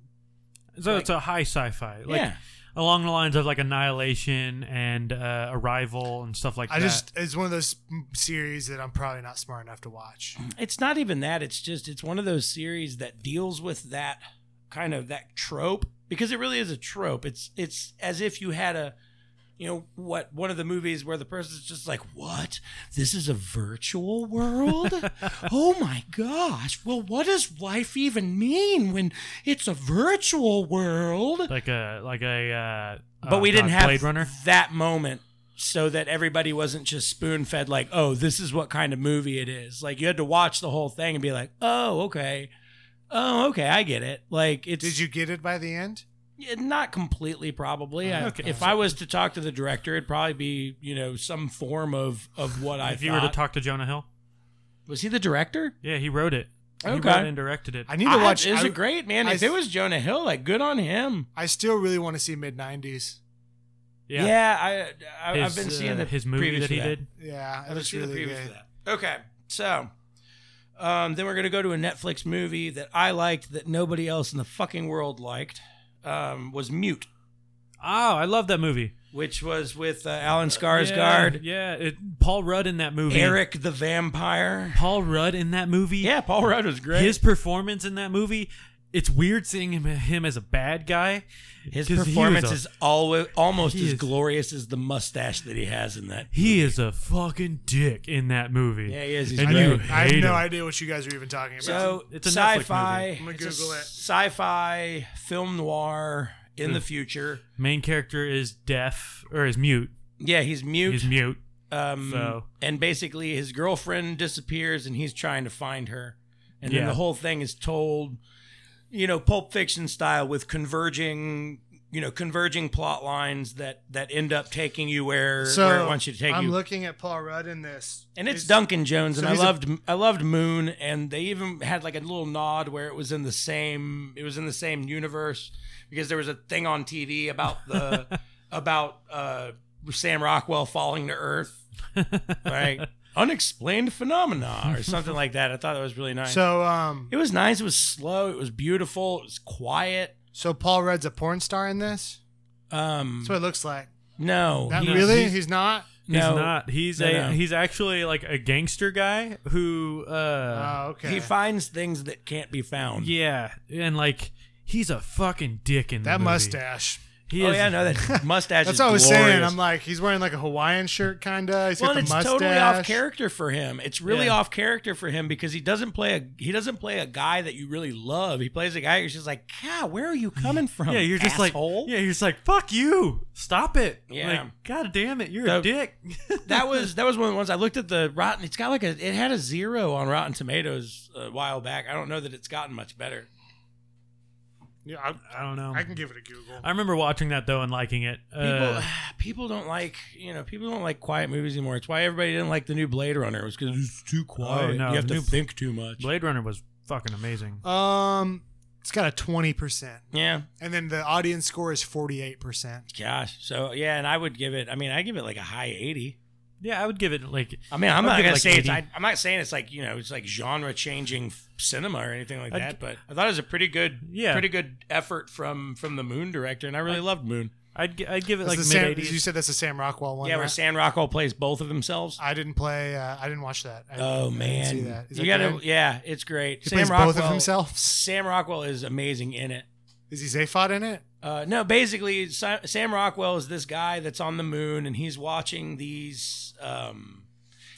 Speaker 3: So it's a high sci-fi, like
Speaker 2: yeah,
Speaker 3: along the lines of like Annihilation and uh, Arrival and stuff like
Speaker 1: I
Speaker 3: that.
Speaker 1: just it's one of those m- series that I'm probably not smart enough to watch.
Speaker 3: Mm.
Speaker 2: it's not even that. It's just it's one of those series that deals with that kind of that trope because it really is a trope. It's it's as if you had a you know what one of the movies where the person's just like what this is a virtual world oh my gosh well what does life even mean when it's a virtual world
Speaker 3: like a like a. Uh,
Speaker 2: but
Speaker 3: oh,
Speaker 2: we didn't
Speaker 3: God,
Speaker 2: have
Speaker 3: Blade Runner.
Speaker 2: that moment so that everybody wasn't just spoon fed like oh this is what kind of movie it is like you had to watch the whole thing and be like oh okay oh okay i get it like it's
Speaker 1: Did you get it by the end?
Speaker 2: Yeah, not completely probably I-
Speaker 3: Okay.
Speaker 2: if i was to talk to the director it'd probably be you know some form of of what i
Speaker 3: if you were to
Speaker 2: thought.
Speaker 3: talk to Jonah Hill,
Speaker 2: was he the director
Speaker 3: yeah, he wrote it. He
Speaker 2: Okay.
Speaker 3: wrote it and directed it.
Speaker 1: I need to watch.
Speaker 2: I, is
Speaker 1: I,
Speaker 2: it great man
Speaker 1: I
Speaker 2: if it was jonah hill like good on him
Speaker 1: I still really want to see mid '90s.
Speaker 2: yeah, I, I i've
Speaker 3: His,
Speaker 2: been seeing
Speaker 3: uh,
Speaker 2: the
Speaker 3: his movie
Speaker 2: previews
Speaker 3: that
Speaker 2: for
Speaker 3: he did.
Speaker 1: Yeah,
Speaker 2: I
Speaker 1: it
Speaker 2: haven't
Speaker 1: was
Speaker 2: seen the
Speaker 1: really
Speaker 2: previews
Speaker 1: good.
Speaker 2: for that. Okay, so um, then we're gonna go to a Netflix movie that I liked that nobody else in the fucking world liked um, was Mute,
Speaker 3: Oh, I love that movie.
Speaker 2: which was with uh, Alan Skarsgård,
Speaker 3: Yeah, yeah, it, Paul Rudd in that movie.
Speaker 2: Eric the Vampire.
Speaker 3: Paul Rudd in that movie.
Speaker 2: Yeah, Paul Rudd was great.
Speaker 3: His performance in that movie, it's weird seeing him, him as a bad guy.
Speaker 2: His
Speaker 3: 'cause he was
Speaker 2: performance
Speaker 3: a-
Speaker 2: is always almost
Speaker 3: he
Speaker 2: as
Speaker 3: is-
Speaker 2: glorious as the mustache that he has in that.
Speaker 3: He is a fucking dick in that movie.
Speaker 2: Yeah, he is. He's
Speaker 3: and
Speaker 2: great.
Speaker 3: you
Speaker 1: I, I
Speaker 3: hate
Speaker 1: have
Speaker 3: him.
Speaker 1: no idea what you guys are even talking about.
Speaker 2: So
Speaker 3: It's a- it's a Netflix
Speaker 2: sci-fi,
Speaker 3: movie.
Speaker 1: I'm gonna
Speaker 2: it's a
Speaker 1: Google it.
Speaker 2: sci-fi film noir in the future.
Speaker 3: Main character is deaf or is mute.
Speaker 2: Yeah, he's mute.
Speaker 3: He's mute.
Speaker 2: Um,
Speaker 3: So-
Speaker 2: and basically his girlfriend disappears and he's trying to find her. And then
Speaker 3: Yeah.
Speaker 2: the whole thing is told, you know, pulp fiction style with converging, you know, converging plot lines that, that end up taking you where, where it wants you to take
Speaker 1: I'm
Speaker 2: you.
Speaker 1: looking at Paul Rudd in this,
Speaker 2: and it's Duncan Jones,
Speaker 1: so
Speaker 2: and I
Speaker 1: he's a-
Speaker 2: loved I loved Moon, and they even had like a little nod where it was in the same it was in the same universe because there was a thing on TV about the about uh, Sam Rockwell falling to Earth, like unexplained phenomena or something like that. I thought that was really nice.
Speaker 1: So, um,
Speaker 2: it was nice. It was slow. It was beautiful. It was quiet.
Speaker 1: so Paul Rudd's a porn star in this.
Speaker 2: Um,
Speaker 1: That's what it looks like.
Speaker 2: no,
Speaker 1: That
Speaker 2: he-
Speaker 1: really?
Speaker 2: he-
Speaker 1: He's, not.
Speaker 3: He's
Speaker 2: no,
Speaker 3: not. He's
Speaker 2: No,
Speaker 3: a
Speaker 2: no.
Speaker 3: he's actually like a gangster guy who uh
Speaker 1: oh, okay.
Speaker 2: He finds things that can't be found.
Speaker 3: yeah, and like he's a fucking dick in the
Speaker 1: that
Speaker 3: movie.
Speaker 1: mustache.
Speaker 3: He
Speaker 2: oh
Speaker 3: is
Speaker 2: yeah, no, that mustache.
Speaker 1: That's
Speaker 2: is
Speaker 1: what I was saying.
Speaker 2: glorious.
Speaker 1: I'm like, he's wearing like a Hawaiian shirt, kinda. He's
Speaker 2: well,
Speaker 1: got the
Speaker 2: it's
Speaker 1: mustache.
Speaker 2: totally off character for him. It's really
Speaker 3: Yeah.
Speaker 2: off character for him because he doesn't play a he doesn't play a guy that you really love. He plays a guy who's just like, God, where are you coming from?
Speaker 3: Yeah, you're just
Speaker 2: asshole?"
Speaker 3: like yeah, you're just like fuck you. Stop it.
Speaker 2: Yeah.
Speaker 3: Like, God damn it, you're
Speaker 2: So-
Speaker 3: a dick.
Speaker 2: that was that was one of the ones I looked at the rotten. It's got like a it had a zero on Rotten Tomatoes a while back. I don't know that it's gotten much better.
Speaker 1: Yeah, I,
Speaker 3: I don't know.
Speaker 1: I
Speaker 2: Um,
Speaker 1: can give it a Google.
Speaker 3: I remember watching that though and liking it.
Speaker 2: People
Speaker 3: Uh,
Speaker 2: people don't like you know people don't like quiet movies anymore. It's why everybody didn't like the new Blade Runner. It was because it's too quiet.
Speaker 3: Oh, no,
Speaker 2: you have
Speaker 3: the
Speaker 2: to
Speaker 3: new-
Speaker 2: think too much.
Speaker 3: Blade Runner was fucking amazing.
Speaker 1: Um, it's got a twenty percent,
Speaker 2: yeah,
Speaker 1: and then the audience score is forty-eight percent.
Speaker 2: gosh. So yeah, and I would give it. I mean, I give it like a high eighty.
Speaker 3: Yeah, I would give it like
Speaker 2: I mean, I'm
Speaker 3: I'll
Speaker 2: not
Speaker 3: give it
Speaker 2: gonna
Speaker 3: like
Speaker 2: say it's.
Speaker 3: 80.
Speaker 2: I, I'm not saying it's like you know, it's like genre changing cinema or anything like
Speaker 3: I'd-
Speaker 2: that. But I thought it was a pretty good,
Speaker 3: Yeah.
Speaker 2: pretty good effort from from the Moon director, and I really loved Moon.
Speaker 3: I'd gi- I'd give it like
Speaker 1: That's
Speaker 3: mid
Speaker 1: the Sam, you
Speaker 3: eighties.
Speaker 1: said that's the Sam Rockwell one.
Speaker 2: yeah, where
Speaker 1: right?
Speaker 2: Sam Rockwell plays both of themselves.
Speaker 1: I didn't play. Uh, I didn't watch that. I, I
Speaker 2: oh
Speaker 1: didn't
Speaker 2: man,
Speaker 1: see that. Is
Speaker 2: you
Speaker 1: that
Speaker 2: gotta.
Speaker 1: good?
Speaker 2: Yeah, it's great.
Speaker 1: He
Speaker 2: Sam
Speaker 1: plays
Speaker 2: Rockwell
Speaker 1: both of himself.
Speaker 2: Sam Rockwell is amazing in it.
Speaker 1: Is he Zaphod in it?
Speaker 2: Uh, no, basically, Sa- Sam Rockwell is this guy that's on the moon, and he's watching these. Um,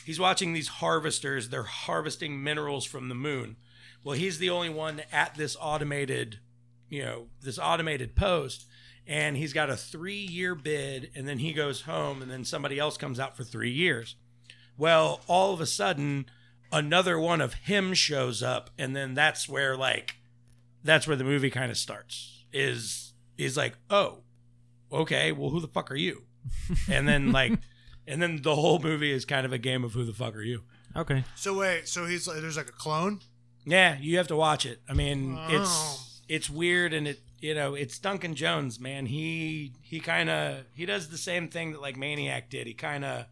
Speaker 2: he's watching these harvesters. They're harvesting minerals from the moon. Well, he's the only one at this automated, you know, this automated post, and he's got a three-year bid, and then he goes home, and then somebody else comes out for three years. Well, all of a sudden, another one of him shows up, and then that's where like that's where the movie kind of starts is is like oh okay well who the fuck are you and then like and then the whole movie is kind of a game of who the fuck are you?
Speaker 3: Okay.
Speaker 1: So wait, so he's like, there's like a clone.
Speaker 2: Yeah, you have to watch it. I mean,
Speaker 3: Oh.
Speaker 1: Wow.
Speaker 2: it's it's weird and it you know it's Duncan Jones, man. He he kind of he does the same thing that like Maniac did. He kind of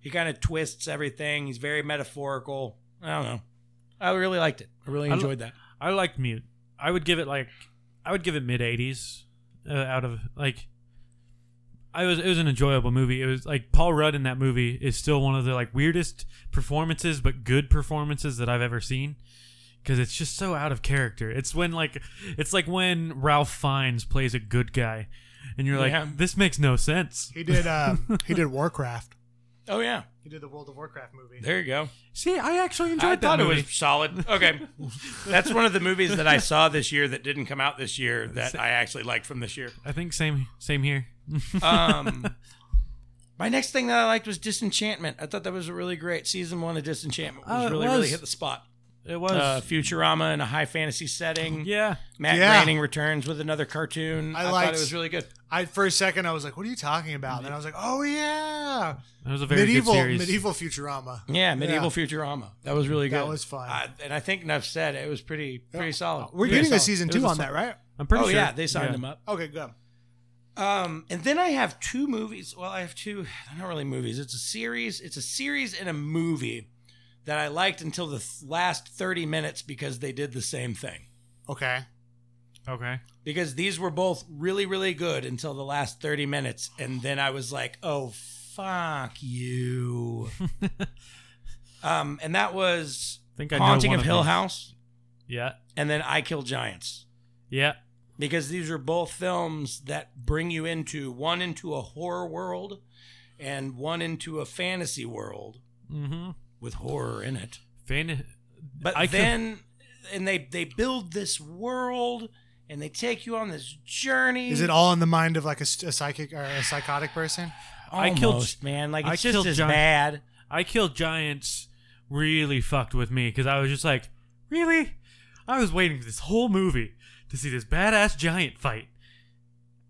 Speaker 2: he kind of twists everything. He's very metaphorical. I don't know. I really liked it. I really
Speaker 3: I lo-
Speaker 2: enjoyed that.
Speaker 3: I liked Mute. I would give it like I would give it mid 80s uh, out of like I was it was an enjoyable movie. It was like Paul Rudd in that movie is still one of the like weirdest performances but good performances that I've ever seen cuz it's just so out of character. It's when like it's like when Ralph Fiennes plays a good guy and you're like
Speaker 2: Yeah.
Speaker 3: this makes no sense.
Speaker 1: He did. Uh, he did Warcraft.
Speaker 2: Oh yeah,
Speaker 1: He did the World of Warcraft movie.
Speaker 2: there you go.
Speaker 3: See, I actually enjoyed
Speaker 2: I
Speaker 3: that
Speaker 2: thought
Speaker 3: movie.
Speaker 2: it was solid. Okay, that's one of the movies that I saw this year that didn't come out this year that I actually liked from this year.
Speaker 3: I think same same here.
Speaker 2: Um, my next thing that I liked was Disenchantment. I thought that was a really great season one of Disenchantment. Was
Speaker 3: Oh, it
Speaker 2: really
Speaker 3: was.
Speaker 2: really hit the spot.
Speaker 3: It was
Speaker 2: Uh, Futurama in a high fantasy setting.
Speaker 3: yeah.
Speaker 2: Matt
Speaker 1: Yeah.
Speaker 2: Groening returns with another cartoon.
Speaker 1: I
Speaker 2: I, thought
Speaker 1: liked-
Speaker 2: it was really good.
Speaker 1: I for a second I was like, what are you talking about? And then I was like, oh yeah,
Speaker 3: It was a very
Speaker 1: medieval
Speaker 3: good series.
Speaker 1: medieval Futurama.
Speaker 2: Yeah, medieval Futurama. That was really good.
Speaker 1: That was fun.
Speaker 2: I, and I think enough said it was pretty pretty solid.
Speaker 1: We're
Speaker 2: Pretty
Speaker 1: getting a
Speaker 2: solid.
Speaker 1: season
Speaker 3: It was
Speaker 1: two
Speaker 3: a
Speaker 1: on
Speaker 3: sol-
Speaker 1: that, right?
Speaker 3: I'm pretty
Speaker 2: oh
Speaker 3: sure.
Speaker 2: yeah, they signed him up.
Speaker 1: Okay, good.
Speaker 2: Um, and then I have two movies. Well, I have two. They're not really movies. It's a series. It's a series and a movie that I liked until the th- last thirty minutes because they did the same thing.
Speaker 1: Okay.
Speaker 3: Okay.
Speaker 2: Because these were both really, really good until the last thirty minutes, and then I was like, "Oh fuck you." um, and that was
Speaker 3: Think I know
Speaker 2: Haunting
Speaker 3: one
Speaker 2: of
Speaker 3: of
Speaker 2: Hill
Speaker 3: these.
Speaker 2: House,
Speaker 3: Yeah.
Speaker 2: and then I Kill Giants.
Speaker 3: Yeah.
Speaker 2: because these are both films that bring you into one into a horror world and one into a fantasy world
Speaker 3: Mm-hmm.
Speaker 2: with horror in it.
Speaker 3: Fan-
Speaker 2: But
Speaker 3: I can-
Speaker 2: then and they they build this world and they take you on this journey.
Speaker 1: Is it all in the mind of like a, s- a psychic or a psychotic person?
Speaker 2: almost,
Speaker 3: I killed-
Speaker 2: man? Like
Speaker 3: I
Speaker 2: it's just
Speaker 3: killed
Speaker 2: as
Speaker 3: John-
Speaker 2: bad.
Speaker 3: I killed giants. Really fucked with me because I was just like, really? I was waiting for this whole movie to see this badass giant fight,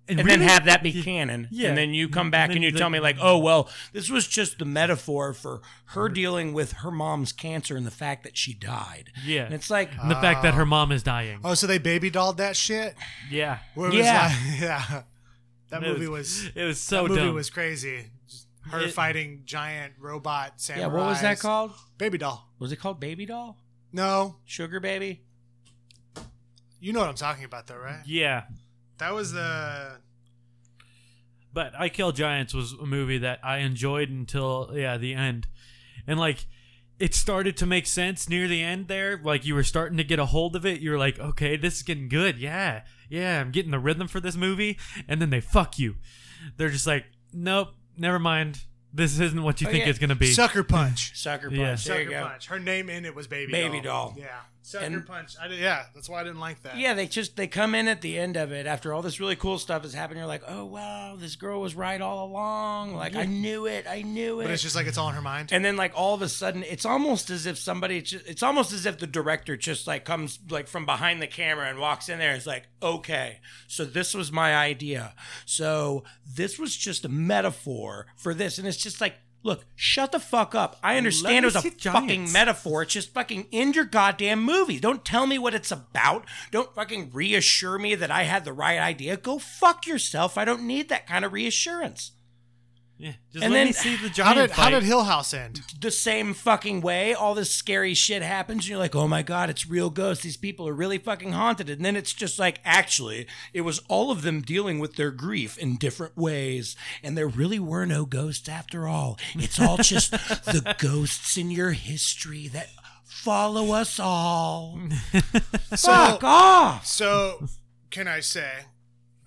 Speaker 2: And then
Speaker 3: really-
Speaker 2: have that be canon.
Speaker 3: Yeah.
Speaker 2: And then you come back
Speaker 3: Then
Speaker 2: and, you
Speaker 3: the-
Speaker 2: tell me like, oh well, this was just the metaphor for her dealing with her mom's cancer and the fact that she died.
Speaker 3: Yeah.
Speaker 2: And it's like
Speaker 3: And the fact that her mom is dying.
Speaker 1: Oh, so they baby dolled that shit?
Speaker 3: yeah.
Speaker 1: Where it was
Speaker 2: Yeah.
Speaker 1: like- yeah. That
Speaker 3: It
Speaker 1: movie was
Speaker 3: It was so
Speaker 1: that movie
Speaker 3: dumb.
Speaker 1: was crazy. Just her
Speaker 3: It-
Speaker 1: fighting giant robot samurais.
Speaker 2: Yeah, what was that called?
Speaker 1: Baby doll.
Speaker 2: Was it called Baby Doll?
Speaker 1: No,
Speaker 2: Sugar Baby?
Speaker 1: you know what I'm talking about though, right?
Speaker 3: yeah.
Speaker 1: That was the
Speaker 3: But I Kill Giants was a movie that I enjoyed until yeah the end, and like it started to make sense near the end there. Like you were starting to get a hold of it. You were like, okay, this is getting good. Yeah, yeah, I'm getting the rhythm for this movie. And then they fuck you. They're just like, nope, never mind. This isn't what you
Speaker 2: Oh,
Speaker 3: think
Speaker 2: yeah.
Speaker 3: it's gonna be.
Speaker 1: sucker punch.
Speaker 2: Sucker Punch.
Speaker 3: Yeah.
Speaker 2: There
Speaker 1: Sucker
Speaker 2: you go.
Speaker 1: punch. Her name in it was baby.
Speaker 2: Baby
Speaker 1: doll.
Speaker 2: doll.
Speaker 1: Yeah. Sucker
Speaker 2: And-
Speaker 1: punch. I did, yeah, that's why I didn't like that.
Speaker 2: Yeah, they just they come in at the end of it after all this really cool stuff has happened. You're like, oh wow, this girl was right all along. Like I knew it, I knew it.
Speaker 1: But it's just like it's all in her mind.
Speaker 2: and then like all of a sudden, it's almost as if somebody. ju- It's almost as if the director just like comes like from behind the camera and walks in there. and is like, okay, so this was my idea. So this was just a metaphor for this, and it's just like. Look, shut the fuck up. I understand
Speaker 3: me
Speaker 2: it was a
Speaker 3: see
Speaker 2: fucking
Speaker 3: Giants.
Speaker 2: metaphor. metaphor. It's just fucking end your goddamn movie. Don't tell me what it's about. Don't fucking reassure me that I had the right idea. Go fuck yourself. I don't need that kind of reassurance.
Speaker 3: yeah, just
Speaker 2: and
Speaker 3: let
Speaker 2: then-
Speaker 3: me see the
Speaker 1: How
Speaker 3: giant
Speaker 1: did how
Speaker 3: fight.
Speaker 1: did Hill House end?
Speaker 2: The same fucking way, all this scary shit happens, and you're like, oh my god, it's real ghosts. These people are really fucking haunted. And then it's just like, actually, it was all of them dealing with their grief in different ways. And there really were no ghosts after all. It's all just the ghosts in your history that follow us all.
Speaker 1: So
Speaker 2: Fuck off.
Speaker 1: so can I say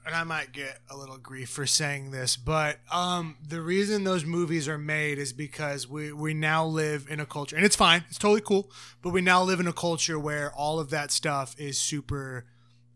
Speaker 1: and I might get a little grief for saying this, but um, the reason those movies are made is because we, we now live in a culture, and it's fine, it's totally cool, but we now live in a culture where all of that stuff is super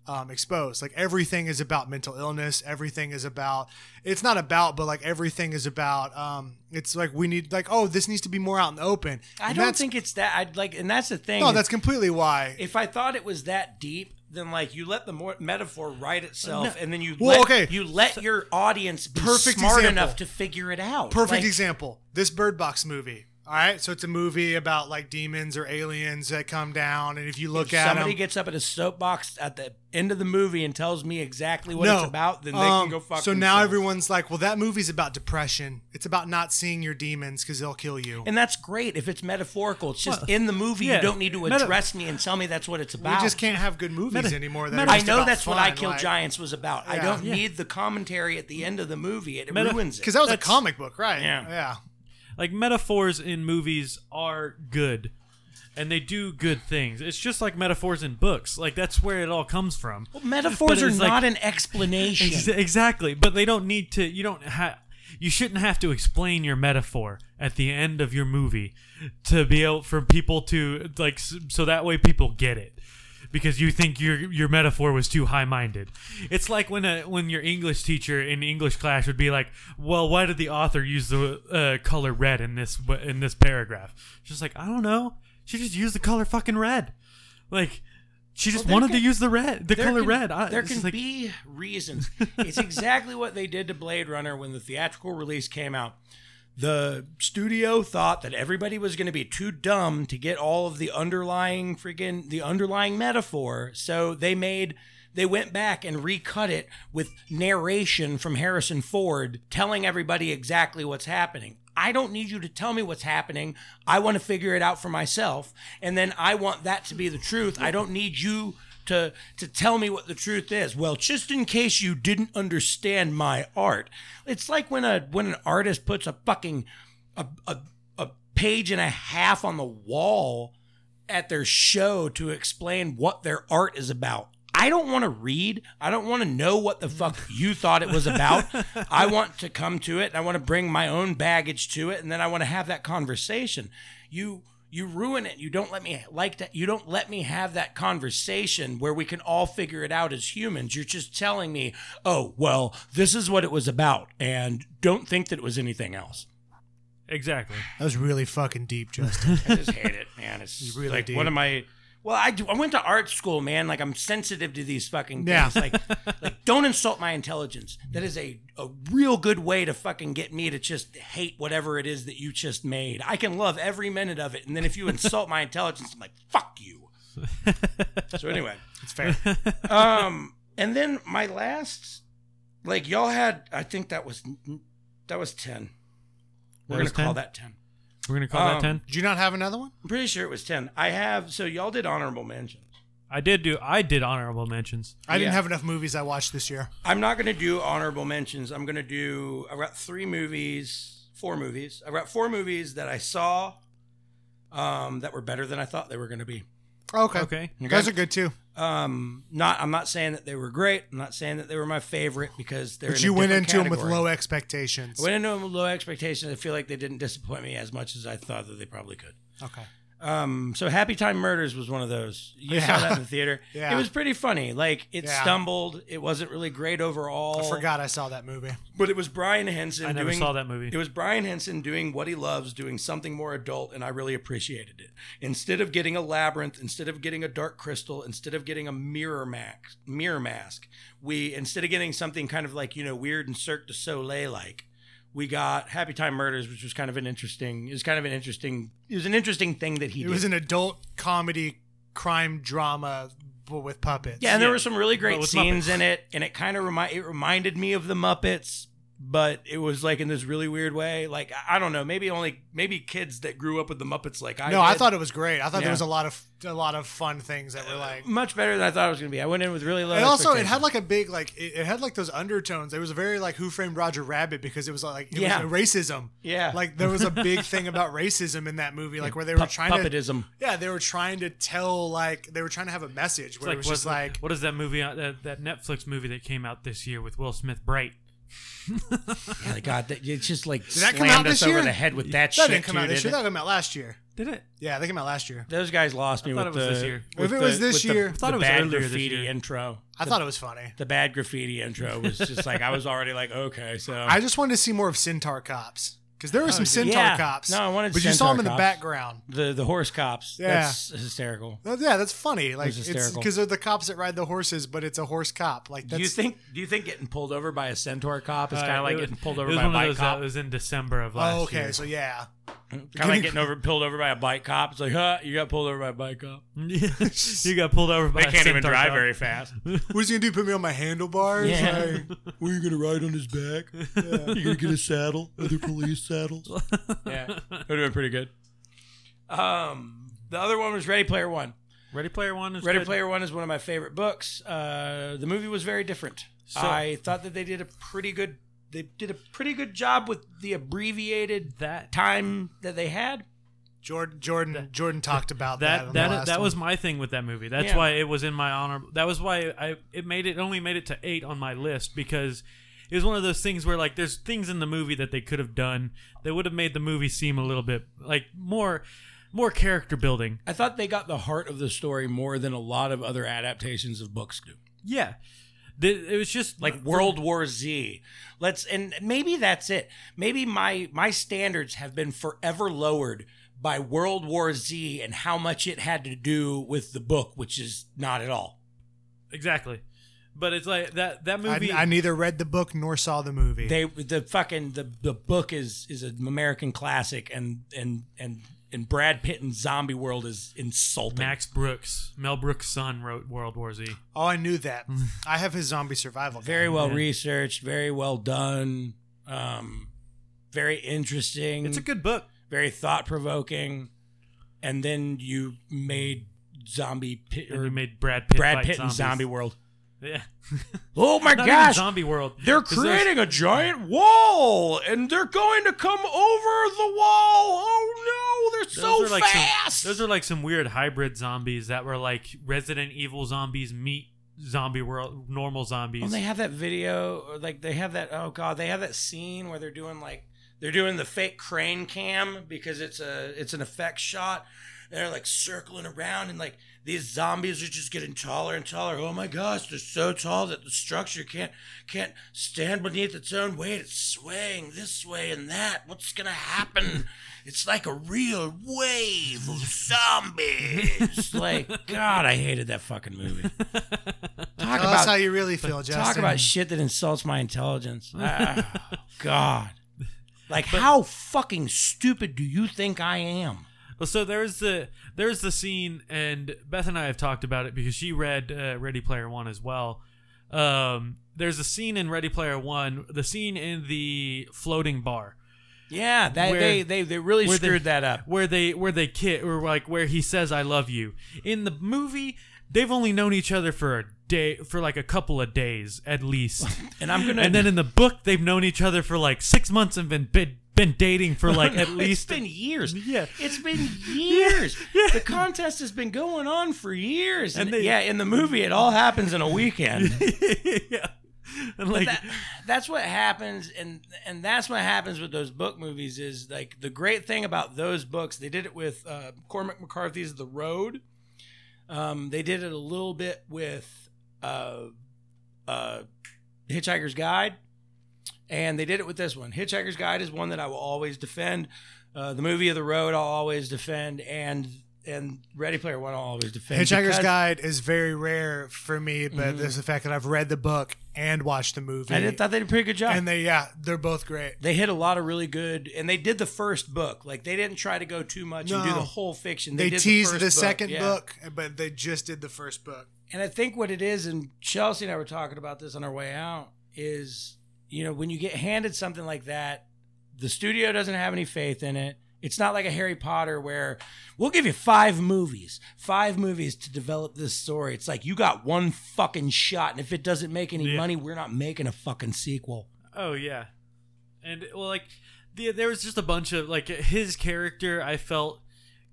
Speaker 1: um, exposed. Like everything is about mental illness. Everything is about. It's not about, but like everything is about. Um, it's like we need like oh, this needs to be more out in the open.
Speaker 2: I
Speaker 1: And
Speaker 2: don't
Speaker 1: that's-
Speaker 2: think it's that. I'd like, and that's the thing.
Speaker 1: No, that's completely why.
Speaker 2: if I thought it was that deep, then like you let the mor metaphor write itself, and then you
Speaker 1: Well,
Speaker 2: let,
Speaker 1: okay.
Speaker 2: you let your audience be
Speaker 1: Perfect
Speaker 2: smart
Speaker 1: example.
Speaker 2: enough to figure it out.
Speaker 1: Perfect
Speaker 2: Like,
Speaker 1: example. This Bird Box movie. All right, so it's a movie about like demons or aliens that come down, and if you look at
Speaker 2: Somebody
Speaker 1: them,
Speaker 2: gets up at a soapbox at the end of the movie and tells me exactly what
Speaker 1: no,
Speaker 2: it's about, then they
Speaker 1: um,
Speaker 2: can go fuck.
Speaker 1: So now
Speaker 2: themselves.
Speaker 1: everyone's like, well, that movie's about depression. It's about not seeing your demons because they'll kill you.
Speaker 2: and that's great if it's metaphorical. It's just in the movie.
Speaker 3: yeah.
Speaker 2: You don't need to
Speaker 3: Meta-
Speaker 2: address me and tell me that's what it's
Speaker 1: we
Speaker 2: about.
Speaker 1: just can't have good movies
Speaker 3: Meta-
Speaker 1: anymore. That
Speaker 3: meta-
Speaker 1: are
Speaker 2: I
Speaker 1: just
Speaker 2: know
Speaker 1: about
Speaker 2: that's what I
Speaker 1: fun,
Speaker 2: Kill
Speaker 1: like-
Speaker 2: Giants was about. I
Speaker 1: Yeah.
Speaker 2: don't
Speaker 1: Yeah.
Speaker 2: need the commentary at the end of the movie. It
Speaker 3: Meta-
Speaker 2: ruins it.
Speaker 1: Because that was a
Speaker 3: That's-
Speaker 1: comic book, right?
Speaker 2: Yeah.
Speaker 1: Yeah.
Speaker 3: like metaphors in movies are good and they do good things it's just like metaphors in books like that's where it all comes from
Speaker 2: Well, metaphors
Speaker 3: But
Speaker 2: are
Speaker 3: it's like-
Speaker 2: not an explanation.
Speaker 3: Ex- exactly but they don't need to you don't have you shouldn't have to explain your metaphor at the end of your movie to be able for people to like s- so that way people get it because you think your your metaphor was too high-minded. It's like when a when your English teacher in English class would be like, "Well, why did the author use the uh, color red in this w- in this paragraph?" She's like, "I don't know. She just used the color fucking red." Like she just
Speaker 2: Well, there
Speaker 3: wanted to
Speaker 2: can-
Speaker 3: use the red, the
Speaker 2: There
Speaker 3: color
Speaker 2: can-
Speaker 3: red. I,
Speaker 2: there
Speaker 3: it's
Speaker 2: can
Speaker 3: like,
Speaker 2: be reasons. It's exactly what they did to Blade Runner when the theatrical release came out. The studio thought that everybody was going to be too dumb to get all of the underlying freaking the underlying metaphor, so they made they went back and recut it with narration from Harrison Ford telling everybody exactly what's happening. I don't need you to tell me what's happening. I want to figure it out for myself, and then I want that to be the truth. I don't need you to to tell me what the truth is. Well, just in case you didn't understand my art, it's like when a when an artist puts a fucking a a, a page and a half on the wall at their show to explain what their art is about. I don't want to read. I don't want to know what the fuck you thought it was about. I want to come to it and I want to bring my own baggage to it and then I want to have that conversation. You you ruin it. You don't let me like that. You don't let me have that conversation where we can all figure it out as humans. You're just telling me, "Oh, well, this is what it was about and don't think that it was anything else."
Speaker 3: exactly.
Speaker 1: That was really fucking deep, Justin.
Speaker 2: I just hate it, man. It's
Speaker 1: really
Speaker 2: like
Speaker 1: do.
Speaker 2: one of my. Well, I, do, I went to art school, man. Like I'm sensitive to these fucking
Speaker 1: Yeah.
Speaker 2: things. Like, like don't insult my intelligence. That is a, a real good way to fucking get me to just hate whatever it is that you just made. I can love every minute of it, and then if you insult my intelligence, I'm like fuck you. so anyway,
Speaker 1: it's fair.
Speaker 2: um, and then my last, like y'all had, I think that was that was ten. We're
Speaker 3: That was
Speaker 2: gonna call
Speaker 3: 10?
Speaker 2: that ten.
Speaker 3: We're gonna call
Speaker 2: Um,
Speaker 3: that ten.
Speaker 1: Did you not have another one?
Speaker 2: I'm pretty sure it was ten. I have so y'all did honorable mentions.
Speaker 3: I did do. I did honorable mentions.
Speaker 1: I didn't
Speaker 2: Yeah.
Speaker 1: have enough movies I watched this year.
Speaker 2: I'm not going to do honorable mentions. I'm going to do. I've got three movies, four movies. I've got four movies that I saw um, that were better than I thought they were going to be.
Speaker 1: Okay.
Speaker 3: Okay.
Speaker 1: Those are good too.
Speaker 2: Um, not. I'm not saying that they were great. I'm not saying that they were my favorite because they're.
Speaker 1: But
Speaker 2: in a
Speaker 1: you went
Speaker 2: different
Speaker 1: into them with
Speaker 2: category.
Speaker 1: low expectations.
Speaker 2: I went into them with low expectations. I feel like they didn't disappoint me as much as I thought that they probably could.
Speaker 1: okay.
Speaker 2: Um, so Happy Time Murders was one of those. You
Speaker 1: Yeah.
Speaker 2: saw that in the theater.
Speaker 1: Yeah.
Speaker 2: It was pretty funny. Like it
Speaker 1: Yeah.
Speaker 2: stumbled. It wasn't really great overall.
Speaker 1: I forgot I saw that movie.
Speaker 2: But it was Brian Henson.
Speaker 3: I never
Speaker 2: doing,
Speaker 3: saw that movie.
Speaker 2: It was Brian Henson doing what he loves, doing something more adult, and I really appreciated it. Instead of getting a labyrinth, instead of getting a dark crystal, instead of getting a mirror mask, mirror mask, we instead of getting something kind of like you know weird and Cirque du Soleil like, we got Happy Time Murders, which was kind of an interesting. It was kind of an interesting. It was an interesting thing that he
Speaker 1: It
Speaker 2: did.
Speaker 1: was an adult comedy crime drama b- with puppets.
Speaker 2: Yeah, and there
Speaker 3: Yeah.
Speaker 2: were some really
Speaker 3: But
Speaker 2: great
Speaker 3: with
Speaker 2: scenes
Speaker 3: Muppets.
Speaker 2: in it, and it kind of remind it reminded me of the Muppets, but it was like in this really weird way. Like I, I don't know, maybe only maybe kids that grew up with the Muppets like I
Speaker 1: no, I
Speaker 2: did,
Speaker 1: thought it was great. I thought there
Speaker 2: Yeah.
Speaker 1: was a lot of a lot of fun things that were like.
Speaker 2: much better than I thought it was gonna be. I went in with really low.
Speaker 1: And also, it had
Speaker 2: expectations.
Speaker 1: like a big like it, it had like those undertones. It was very like Who Framed Roger Rabbit because it was like it
Speaker 2: Yeah.
Speaker 1: was racism.
Speaker 2: Yeah.
Speaker 1: like there was a big thing about racism in that movie, like where they were
Speaker 2: Pup-
Speaker 1: trying to
Speaker 2: puppetism.
Speaker 1: yeah they were trying to tell like they were trying to have a message where it was
Speaker 3: what-
Speaker 1: just like
Speaker 3: what is that movie? out- That, that Netflix movie that came out this year with Will Smith, Bright.
Speaker 2: Yeah, like, God, that, it's just like
Speaker 1: that come
Speaker 2: slammed
Speaker 1: out this
Speaker 2: us
Speaker 1: year?
Speaker 2: over the head with that,
Speaker 1: that
Speaker 2: shit.
Speaker 1: didn't come
Speaker 2: too,
Speaker 1: out this year.
Speaker 2: didn't
Speaker 1: That came out last year.
Speaker 3: Did it?
Speaker 1: Yeah, they came out last year.
Speaker 2: it? Those guys lost me
Speaker 3: thought
Speaker 2: with
Speaker 3: it was
Speaker 2: the
Speaker 3: this year.
Speaker 2: with
Speaker 1: If it
Speaker 2: the-
Speaker 1: was this
Speaker 2: with the-
Speaker 1: year- I
Speaker 3: thought
Speaker 2: the
Speaker 3: it was
Speaker 2: bad
Speaker 3: earlier this
Speaker 2: graffiti
Speaker 3: year.
Speaker 2: intro.
Speaker 1: I thought it was funny.
Speaker 2: The bad graffiti intro was just like I was already like okay, so
Speaker 1: I just wanted to see more of Centaur Cops. because there were some centaur
Speaker 2: Oh, yeah.
Speaker 1: cops.
Speaker 2: No, I wanted
Speaker 1: but you saw
Speaker 2: centaur
Speaker 1: them in the
Speaker 2: cops.
Speaker 1: background.
Speaker 2: The the horse cops.
Speaker 1: Yeah.
Speaker 2: That's hysterical.
Speaker 1: That- yeah, that's funny. Like
Speaker 2: was
Speaker 1: it's
Speaker 2: hysterical.
Speaker 1: because they're the cops that ride the horses, but it's a horse cop. Like that's
Speaker 2: do you think do you think getting pulled over by a centaur cop is
Speaker 3: Uh,
Speaker 2: kind of like
Speaker 3: it was-
Speaker 2: getting pulled over
Speaker 3: it was
Speaker 2: by a
Speaker 3: one of
Speaker 2: bike
Speaker 3: those uh,
Speaker 2: cop?
Speaker 3: that was in December of last
Speaker 1: Oh, okay.
Speaker 3: year.
Speaker 1: So yeah,
Speaker 2: Kind of like getting over pulled over by a bike cop. It's like, huh, you got pulled over by a bike cop.
Speaker 3: you got pulled over by.
Speaker 2: They
Speaker 3: a
Speaker 2: can't even
Speaker 3: centaur
Speaker 2: drive
Speaker 3: dog.
Speaker 2: very fast.
Speaker 1: what is he gonna do? Put me on my handlebars?
Speaker 2: Yeah.
Speaker 1: Like,
Speaker 4: Were you gonna ride on his back? You gonna get a saddle? Other police saddles?
Speaker 2: yeah, it would have been pretty good. Um, the other one was Ready Player One.
Speaker 3: Ready Player One is
Speaker 2: Ready
Speaker 3: good.
Speaker 2: Player One is one of my favorite books. Uh, the movie was very different.
Speaker 3: So-
Speaker 2: I thought that they did a pretty good. They did a pretty good job with the abbreviated
Speaker 3: That
Speaker 2: time that they had.
Speaker 1: Jordan, Jordan, Jordan talked about that.
Speaker 3: that
Speaker 1: on the
Speaker 3: that
Speaker 1: last
Speaker 3: that
Speaker 1: one.
Speaker 3: was my thing with that movie. That's
Speaker 2: Yeah.
Speaker 3: why it was in my honor. That was why I it made it only made it to eight on my list because it was one of those things where like there's things in the movie that they could have done that would have made the movie seem a little bit like more more character building.
Speaker 2: I thought they got the heart of the story more than a lot of other adaptations of books do.
Speaker 3: Yeah, Th- it was just
Speaker 2: like World War Z. Let's and maybe that's it. Maybe my my standards have been forever lowered by World War Z and how much it had to do with the book, which is not at all.
Speaker 3: exactly. But it's like that that movie.
Speaker 1: I, I neither read the book nor saw the movie.
Speaker 2: They the fucking the, the book is is an American classic and and and and Brad Pitt and Zombie World is insulting.
Speaker 3: Max Brooks, Mel Brooks' son, wrote World War Z.
Speaker 2: Mm.
Speaker 1: oh, I knew that. I have his zombie survival. guide.
Speaker 2: very well researched, very well done, um, very interesting.
Speaker 3: It's a good book.
Speaker 2: very thought provoking, and then you made zombie pit,
Speaker 3: And
Speaker 2: or
Speaker 3: you made Brad Pitt
Speaker 2: Brad
Speaker 3: fight
Speaker 2: Pitt and Zombie
Speaker 3: zombies.
Speaker 2: World.
Speaker 3: Yeah,
Speaker 2: Oh my
Speaker 3: not even
Speaker 2: gosh!
Speaker 3: Zombie World.
Speaker 2: They're
Speaker 3: 'Cause there's-
Speaker 2: creating a giant wall, and they're going to come over the wall. Oh no! They're so
Speaker 3: like
Speaker 2: fast.
Speaker 3: Some, those are like some weird hybrid zombies that were like Resident Evil zombies meet zombie world normal zombies.
Speaker 2: Well, they have that video, or like they have that. Oh god, they have that scene where they're doing like they're doing the fake crane cam because it's a it's an effect shot. They're like circling around and like these zombies are just getting taller and taller. Oh my gosh, they're so tall that the structure can't can't stand beneath its own weight. It's swaying this way and that. What's gonna happen? It's like a real wave of zombies. like God, I hated that fucking movie. Talk
Speaker 1: Tell us how you really feel, Justin.
Speaker 2: Talk about shit that insults my intelligence. Ah, God. Like, how fucking stupid do you think I am?
Speaker 3: Well, so there's the there's the scene, and Beth and I have talked about it because she read uh, Ready Player One as well. Um, there's a scene in Ready Player One, the scene in the floating bar
Speaker 2: Yeah, that,
Speaker 3: Where-
Speaker 2: they, they they really
Speaker 3: where they-
Speaker 2: screwed that up.
Speaker 3: where they where they kid or like where he says I love you. In the movie, they've only known each other for a day for like a couple of days at least.
Speaker 2: And I'm gonna.
Speaker 3: and then in the book they've known each other for like six months and been been, been dating for like at least
Speaker 2: it's been years.
Speaker 3: Yeah.
Speaker 2: it's been years. The contest has been going on for years. And,
Speaker 3: And they-
Speaker 2: yeah, in the movie, it all happens in a weekend.
Speaker 3: yeah and like
Speaker 2: that, that's what happens and and that's what happens with those book movies is like the great thing about those books they did it with uh, cormac mccarthy's the road um, they did it a little bit with uh, uh, hitchhiker's guide and they did it with this one hitchhiker's guide is one that i will always defend uh, the movie of the road i'll always defend and and ready player one i'll always defend
Speaker 1: Hitchhiker's
Speaker 2: because-
Speaker 1: Guide is very rare for me, but there's the fact that I've read the book and watched the movie.
Speaker 2: i did- thought they did a pretty good job
Speaker 1: and they, yeah, they're both great.
Speaker 2: they hit a lot of really good and they did the first book like they didn't try to go too much and do
Speaker 1: No.
Speaker 2: the whole fiction
Speaker 1: They,
Speaker 2: did
Speaker 1: teased the,
Speaker 2: first book,
Speaker 1: second
Speaker 2: yeah.
Speaker 1: book, but they just did the first book.
Speaker 2: and i think what it is and chelsea and i were talking about this on our way out is you know when you get handed something like that the studio doesn't have any faith in it it's not like a harry potter where we'll give you five movies five movies to develop this story it's like you got one fucking shot and if it doesn't make any
Speaker 3: Yeah.
Speaker 2: money we're not making a fucking sequel
Speaker 3: oh yeah and well like the, there was just a bunch of like his character i felt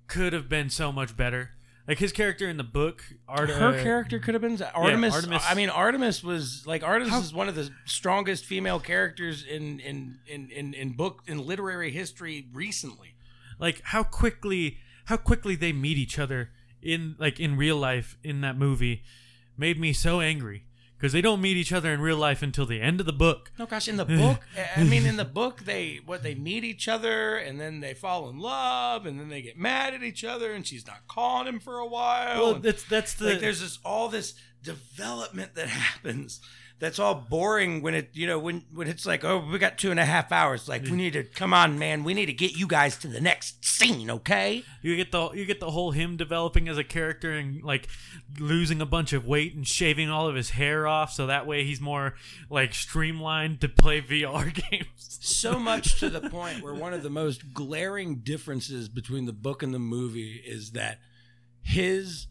Speaker 3: could have been so much better like his character in the book art
Speaker 2: her
Speaker 3: uh,
Speaker 2: character could have been Artemis,
Speaker 3: Artemis.
Speaker 2: I mean, Artemis was like Artemis is one of the strongest female characters in in in in, in book in literary history recently.
Speaker 3: like how quickly how quickly they meet each other in like in real life in that movie made me so angry because they don't meet each other in real life until the end of the book.
Speaker 2: No, gosh, in the book, I- I mean, in the book, they what they meet each other, and then they fall in love, and then they get mad at each other, and she's not calling him for a while.
Speaker 3: Well,
Speaker 2: and-
Speaker 3: that's that's the
Speaker 2: Oh. like there's this all this development that happens that's all boring when it you know when when it's like oh we got two and a half hours like we need to come on man we need to get you guys to the next scene okay
Speaker 3: you get the you get the whole him developing as a character and like losing a bunch of weight and shaving all of his hair off, so that way he's more like streamlined to play VR games.
Speaker 2: so much to the point where one of the most glaring differences between the book and the movie is that his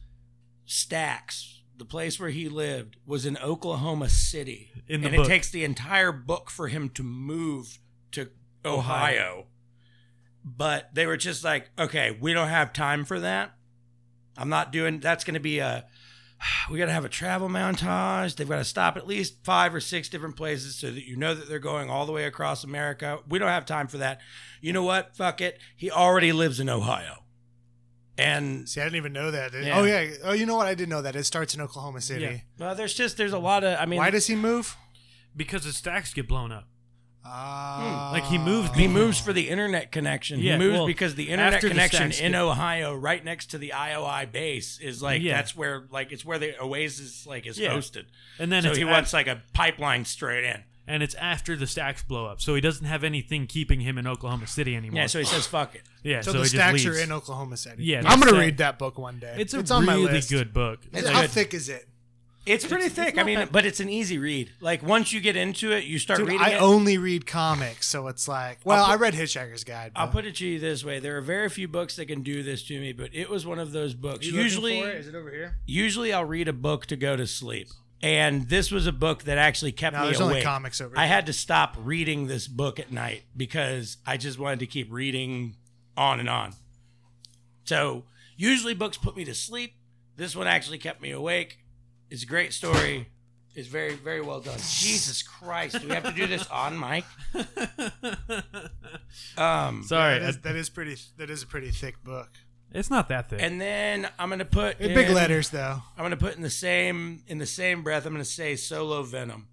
Speaker 2: stacks the place where he lived was in Oklahoma City
Speaker 3: In the
Speaker 2: and
Speaker 3: book.
Speaker 2: it takes the entire book for him to move to Ohio. But they were just like, okay, we don't have time for that. I'm not doing that's going to be a we got to have a travel montage. They've got to stop at least five or six different places so that you know that they're going all the way across America. We don't have time for that. You know what? Fuck it. He already lives in Ohio. And
Speaker 1: See, I didn't even know that.
Speaker 2: Yeah.
Speaker 1: Oh yeah. Oh, you know what? I did know that. It starts in Oklahoma City.
Speaker 3: Yeah.
Speaker 2: well, there's just there's a lot of I mean
Speaker 1: Why does he move?
Speaker 3: Because his stacks get blown up.
Speaker 1: Ah,
Speaker 3: Like, he moved
Speaker 2: he moves for the internet connection.
Speaker 3: Yeah,
Speaker 2: he moves
Speaker 3: well,
Speaker 2: because the internet
Speaker 3: after the
Speaker 2: connection
Speaker 3: stacks
Speaker 2: in
Speaker 3: get-
Speaker 2: Ohio, right next to the IOI base, is like
Speaker 3: Yeah.
Speaker 2: that's where like it's where the Oasis like is
Speaker 3: Yeah.
Speaker 2: hosted.
Speaker 3: And then
Speaker 2: so
Speaker 3: it's
Speaker 2: he
Speaker 3: af-
Speaker 2: wants like a pipeline straight in.
Speaker 3: and it's after the stacks blow up, so he doesn't have anything keeping him in Oklahoma City anymore.
Speaker 2: Yeah, so he says fuck it.
Speaker 3: yeah,
Speaker 1: So,
Speaker 3: so,
Speaker 1: the
Speaker 3: he
Speaker 1: stacks
Speaker 3: just
Speaker 1: are
Speaker 3: leaves.
Speaker 1: in Oklahoma City.
Speaker 3: Yeah,
Speaker 1: I'm gonna
Speaker 3: the stack-
Speaker 1: read that book one day.
Speaker 3: It's
Speaker 1: It's,
Speaker 3: a
Speaker 1: on my
Speaker 3: really
Speaker 1: list.
Speaker 3: good book.
Speaker 2: It's
Speaker 1: How
Speaker 2: good.
Speaker 1: thick is it?
Speaker 2: It's pretty thick. I
Speaker 3: not
Speaker 2: mean,
Speaker 3: bad.
Speaker 2: but it's an easy read. Like once you get into it, you start
Speaker 1: Dude,
Speaker 2: reading
Speaker 1: I
Speaker 2: it.
Speaker 1: only read comics, so it's like, well,
Speaker 2: put-
Speaker 1: I read Hitchhiker's Guide.
Speaker 2: I'll
Speaker 1: but-
Speaker 2: put it to you this way: there are very few books that can do this to me, but it was one of those books.
Speaker 1: You looking
Speaker 2: Usually,
Speaker 1: for it? is it over here?
Speaker 2: usually I'll read a book to go to sleep, and this was a book that actually kept
Speaker 1: No,
Speaker 2: me
Speaker 1: there's
Speaker 2: awake.
Speaker 1: only comics over
Speaker 2: I
Speaker 1: here.
Speaker 2: had to stop reading this book at night because I just wanted to keep reading on and on. So usually books put me to sleep. This one actually kept me awake. It's a great story. It's very, very well done. Jesus Christ. Do we have to do this on mic? Um,
Speaker 3: Sorry,
Speaker 1: That is,
Speaker 3: uh,
Speaker 1: that is pretty. That is a pretty thick book.
Speaker 3: it's not that thick.
Speaker 2: and then I'm gonna put
Speaker 1: In big
Speaker 2: in-
Speaker 1: letters, though.
Speaker 2: I'm gonna put in the same in the same breath. I'm gonna say solo venom.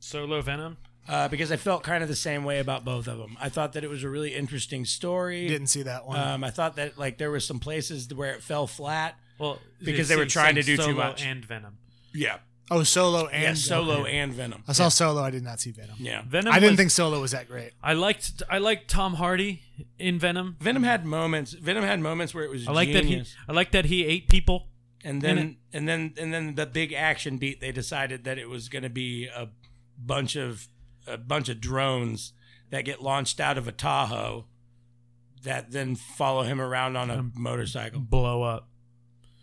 Speaker 3: Solo Venom.
Speaker 2: Uh, because I felt kind of the same way about both of them. I thought that it was a really interesting story.
Speaker 1: Didn't see that one.
Speaker 2: Um, I thought that like there were some places where it fell flat.
Speaker 3: Well,
Speaker 2: Because
Speaker 3: it's
Speaker 2: they were
Speaker 3: the
Speaker 2: trying to do
Speaker 3: same
Speaker 2: too
Speaker 3: Solo
Speaker 2: much.
Speaker 3: And Venom.
Speaker 2: Yeah.
Speaker 1: oh, Solo and
Speaker 2: And Solo and Venom.
Speaker 1: I saw Solo. I did not see Venom.
Speaker 2: Yeah.
Speaker 3: Venom.
Speaker 1: I didn't
Speaker 3: was-
Speaker 1: think Solo was that great.
Speaker 3: I liked. I liked Tom Hardy in Venom.
Speaker 2: Venom had moments. Venom had moments where it was
Speaker 3: I like that he.
Speaker 2: genius.
Speaker 3: I like that he ate people.
Speaker 2: and then
Speaker 3: in
Speaker 2: and then and then the big action beat they decided that it was going to be a bunch of a bunch of drones that get launched out of a Tahoe that then follow him around on a
Speaker 3: Um,
Speaker 2: motorcycle.
Speaker 3: Blow up.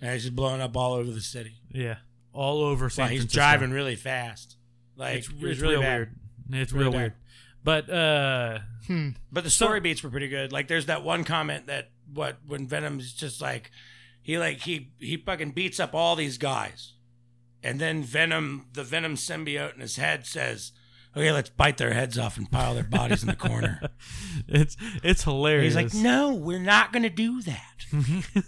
Speaker 2: And he's just blowing up all over the city.
Speaker 3: Yeah, all over San
Speaker 2: Like he's
Speaker 3: Francisco.
Speaker 2: driving really fast. Like
Speaker 3: it's,
Speaker 2: it was
Speaker 3: it's
Speaker 2: really
Speaker 3: real
Speaker 2: bad.
Speaker 3: weird. It's
Speaker 2: Really
Speaker 3: real
Speaker 2: bad.
Speaker 3: weird. But uh,
Speaker 1: Hmm.
Speaker 2: But the
Speaker 3: So-
Speaker 2: story beats were pretty good. Like there's that one comment that what when Venom's just like he like he he fucking beats up all these guys. And then Venom the Venom symbiote in his head says, Okay, let's bite their heads off and pile their bodies in the corner.
Speaker 3: it's it's
Speaker 2: And
Speaker 3: hilarious.
Speaker 2: he's like, No, we're not gonna do that.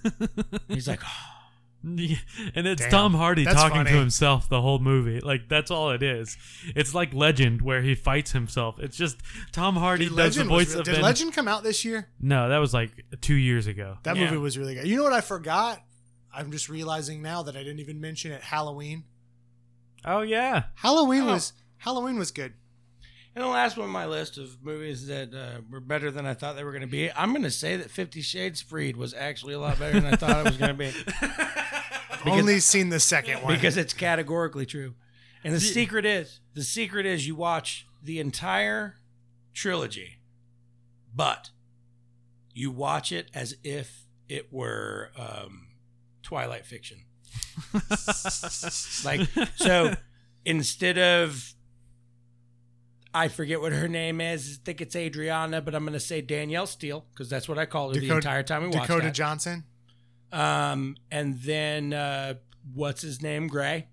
Speaker 2: he's like, "Oh,
Speaker 3: Yeah, and it's
Speaker 1: Damn,
Speaker 3: Tom Hardy
Speaker 1: that's
Speaker 3: talking to
Speaker 1: funny.
Speaker 3: himself the whole movie. Like that's all it is. It's like Legend where he fights himself. It's just Tom Hardy
Speaker 1: Dude,
Speaker 3: does the
Speaker 1: was
Speaker 3: voice
Speaker 1: re-
Speaker 3: of
Speaker 1: did
Speaker 3: Venom.
Speaker 1: Legend come out this year?
Speaker 3: No, that was like two years ago.
Speaker 1: That
Speaker 2: Yeah.
Speaker 1: movie was really good. You know what I forgot? I'm just realizing now that I didn't even mention it. Halloween.
Speaker 3: Oh yeah,
Speaker 1: Halloween
Speaker 2: Oh.
Speaker 1: was Halloween was good.
Speaker 2: And the last one on my list of movies that uh, were better than I thought they were going to be, I'm going to say that Fifty Shades Freed was actually a lot better than I thought it was going to be
Speaker 1: I've Only seen the second one.
Speaker 2: because it's categorically true. And the secret is the secret is you watch the entire trilogy, but you watch it as if it were um, Twilight fiction. Like so, instead of I forget what her name is. I think it's Adriana, but I'm going to say Danielle Steele because that's what I call her the entire time we watched
Speaker 1: Dakota
Speaker 2: that.
Speaker 1: Johnson.
Speaker 2: Um, and then uh, what's his name? Gray,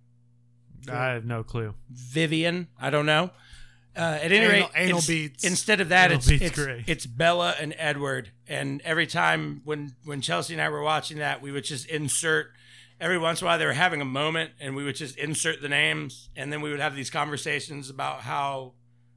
Speaker 3: I have no clue.
Speaker 2: Vivian. I don't know. Uh, at any
Speaker 1: Anal-
Speaker 2: rate,
Speaker 1: anal
Speaker 2: ins-
Speaker 1: beads.
Speaker 2: Instead of that,
Speaker 3: Anal
Speaker 2: it's
Speaker 3: beads
Speaker 2: it's,
Speaker 3: Gray.
Speaker 2: it's Bella and Edward. And every time when when Chelsea and I were watching that, we would just insert every once in a while they were having a moment and we would just insert the names and then we would have these conversations about how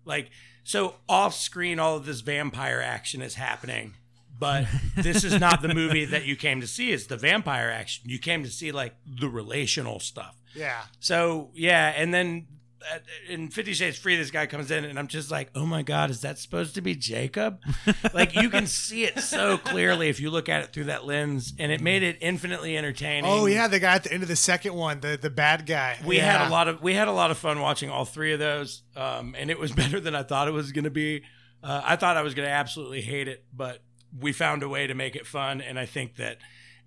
Speaker 2: like so off screen all of this vampire action is happening but this is not the movie that you came to see it's the vampire action you came to see like the relational stuff
Speaker 1: Yeah.
Speaker 2: so yeah and then uh, in 50 shades free this guy comes in and i'm just like oh my god is that supposed to be jacob like you can see it so clearly if you look at it through that lens and it made it infinitely entertaining
Speaker 1: Oh yeah, the guy at the end of the second one, the the bad guy.
Speaker 2: we
Speaker 1: yeah.
Speaker 2: had a lot of we had a lot of fun watching all three of those, um, and it was better than I thought it was going to be. Uh, I thought I was going to absolutely hate it, but we found a way to make it fun, and I think that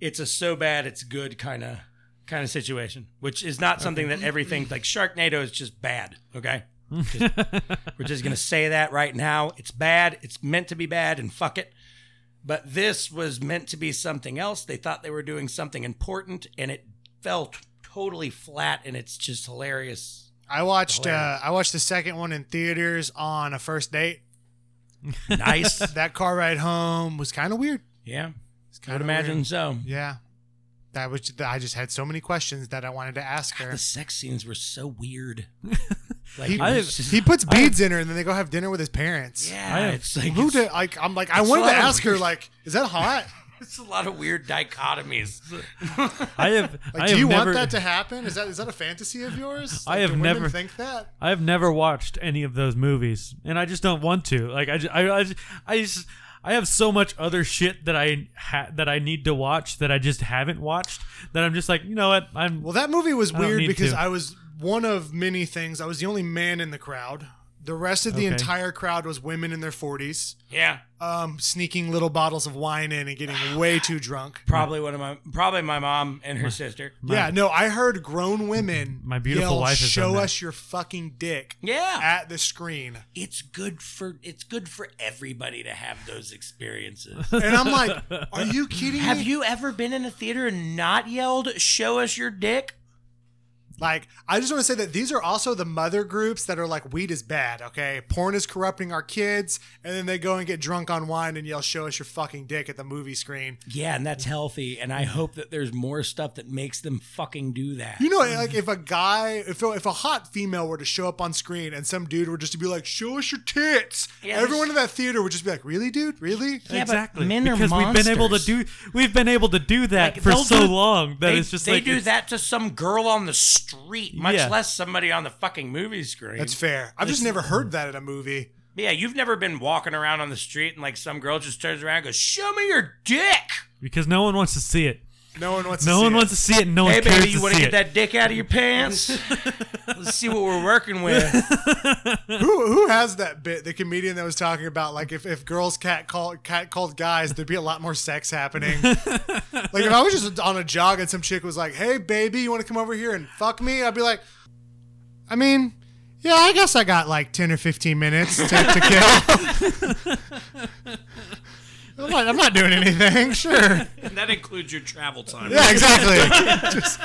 Speaker 2: it's a so bad it's good kind of kind of situation, which is not something that everything like Sharknado is just bad. Okay, Just- we're just going to say that right now. It's bad. It's meant to be bad, and fuck it. But this was meant to be something else. They thought they were doing something important, and it fell t- totally flat. And it's just hilarious.
Speaker 1: I watched uh,
Speaker 2: Hilarious.
Speaker 1: I watched the second one in theaters on a first date.
Speaker 2: Nice.
Speaker 1: That car ride home was kind of weird.
Speaker 2: yeah,
Speaker 1: It's
Speaker 2: I would
Speaker 1: kinda
Speaker 2: imagine
Speaker 1: weird.
Speaker 2: so.
Speaker 1: Yeah, that was. I just had so many questions that I wanted to ask her.
Speaker 2: The sex scenes were so weird. Like
Speaker 1: He-
Speaker 2: it was just-
Speaker 1: He puts beads in her, and then they go have dinner with his parents.
Speaker 2: yeah,
Speaker 3: I have-
Speaker 2: it's like
Speaker 1: Who
Speaker 2: it's,
Speaker 1: did? Like, I'm like, I
Speaker 2: it's a
Speaker 1: wanted to
Speaker 2: lot of
Speaker 1: ask her,
Speaker 2: weird-
Speaker 1: like, is that hot?
Speaker 2: it's a lot of weird dichotomies.
Speaker 3: I have.
Speaker 1: Like,
Speaker 3: I
Speaker 1: do
Speaker 3: have
Speaker 1: you
Speaker 3: never,
Speaker 1: want that to happen? Is that is that a fantasy of yours?
Speaker 3: I
Speaker 1: Like,
Speaker 3: have
Speaker 1: do women
Speaker 3: never-
Speaker 1: think that.
Speaker 3: I have never watched any of those movies, and I just don't want to. Like I, ju- I, I, ju- I just, I have so much other shit that I ha- that I need to watch that I just haven't watched. That I'm just like, you know what? I'm
Speaker 1: Well, that movie was
Speaker 3: I don't
Speaker 1: weird
Speaker 3: need
Speaker 1: because
Speaker 3: to.
Speaker 1: I was one of many things. I was the only man in the crowd. The rest of the
Speaker 3: Okay.
Speaker 1: entire crowd was women in their 40s,
Speaker 2: yeah,
Speaker 1: um, sneaking little bottles of wine in and getting way too drunk.
Speaker 2: probably one of my probably my mom and her sister.
Speaker 1: yeah, no, I heard grown women.
Speaker 3: My beautiful
Speaker 1: yell,
Speaker 3: wife has
Speaker 1: show
Speaker 3: done that."
Speaker 1: us your fucking dick
Speaker 2: Yeah,
Speaker 1: at the screen.
Speaker 2: it's good for it's good for everybody to have those experiences.
Speaker 1: And I'm like, are you kidding
Speaker 2: Have
Speaker 1: me?
Speaker 2: you ever been in a theater and not yelled, "Show us your dick"?
Speaker 1: Like, I just want to say that these are also the mother groups that are like, weed is bad, okay? Porn is corrupting our kids. And then they go and get drunk on wine and yell, show us your fucking dick at the movie screen.
Speaker 2: Yeah, and that's healthy. And I hope that there's more stuff that makes them fucking do that.
Speaker 1: You know, like if a guy, if a, if a hot female were to show up on screen and some dude were just to be like, show us your tits,
Speaker 2: Yeah,
Speaker 1: everyone
Speaker 2: there's-
Speaker 1: in that theater would just be like, really, dude? Really?
Speaker 2: Yeah, but
Speaker 3: exactly
Speaker 2: men are
Speaker 3: because we've been able to do
Speaker 2: monsters.
Speaker 3: we've been able to do that
Speaker 2: Like,
Speaker 3: for
Speaker 2: they'll
Speaker 3: so
Speaker 2: do-
Speaker 3: long that
Speaker 2: they,
Speaker 3: it's just
Speaker 2: they
Speaker 3: like
Speaker 2: do
Speaker 3: it's-
Speaker 2: that to some girl on the street, much
Speaker 3: Yeah.
Speaker 2: less somebody on the fucking movie screen.
Speaker 1: That's fair. I've just never heard that in a movie.
Speaker 2: yeah, you've never been walking around on the street and like some girl just turns around and goes, "Show me your dick."
Speaker 3: because no one wants to see it.
Speaker 1: No one wants to
Speaker 3: No
Speaker 1: see
Speaker 3: one
Speaker 1: it.
Speaker 3: wants to see it. and No
Speaker 2: Hey
Speaker 3: one cares
Speaker 2: baby, you
Speaker 3: to
Speaker 2: want to
Speaker 3: see
Speaker 2: get
Speaker 3: it.
Speaker 2: that dick out of your pants? Let's see what we're working with.
Speaker 1: Who who has that bit? The comedian that was talking about like if, if girls cat call cat called guys, there'd be a lot more sex happening. like if I was just on a jog and some chick was like, "Hey baby, you want to come over here and fuck me?" I'd be like, "I mean, yeah, I guess I got like ten or fifteen minutes to, to kill." I'm not, I'm not doing anything. Sure.
Speaker 2: And that includes your travel time.
Speaker 1: Yeah, exactly. Just-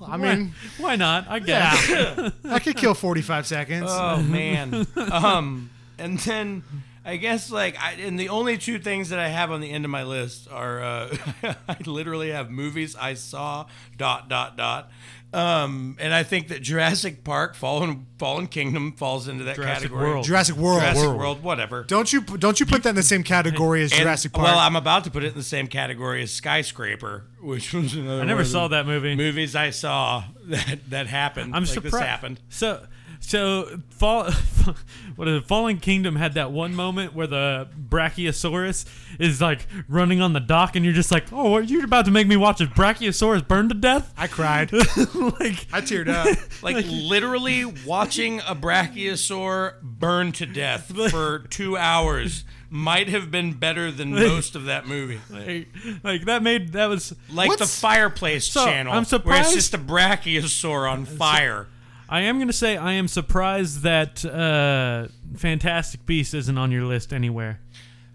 Speaker 1: I mean,
Speaker 3: Why not? I
Speaker 1: yeah.
Speaker 3: guess.
Speaker 1: I could kill 45 seconds.
Speaker 2: Oh man. um, and then I guess like I and the only two things that I have on the end of my list are uh, I literally have movies I saw dot dot dot. Um, and I think that Jurassic Park, Fallen Fallen Kingdom falls into that
Speaker 3: Jurassic
Speaker 2: category.
Speaker 3: World.
Speaker 1: Jurassic World.
Speaker 2: Jurassic World, whatever.
Speaker 1: Don't you don't you put that in the same category as
Speaker 2: And-
Speaker 1: Jurassic Park?
Speaker 2: Well, I'm about to put it in the same category as Skyscraper, which was another
Speaker 3: I never saw that movie.
Speaker 2: Movies I saw that that happened.
Speaker 3: I'm
Speaker 2: like
Speaker 3: surprised.
Speaker 2: This happened.
Speaker 3: So, so fall, what is it? Fallen Kingdom had that one moment where the Brachiosaurus is like running on the dock, and you're just like, "Oh, what, you're about to make me watch a Brachiosaurus burn to death?"
Speaker 1: I cried.
Speaker 3: like,
Speaker 1: I teared up.
Speaker 2: like, literally watching a brachiosaur burn to death for two hours might have been better than most of that movie.
Speaker 3: like, like, that made that was.
Speaker 2: Like the
Speaker 1: What's-
Speaker 2: fireplace
Speaker 3: So,
Speaker 2: channel,
Speaker 3: I'm
Speaker 2: where it's
Speaker 3: surprised-
Speaker 2: just a brachiosaur on fire.
Speaker 3: I am gonna say I am surprised that uh, Fantastic Beasts isn't on your list anywhere.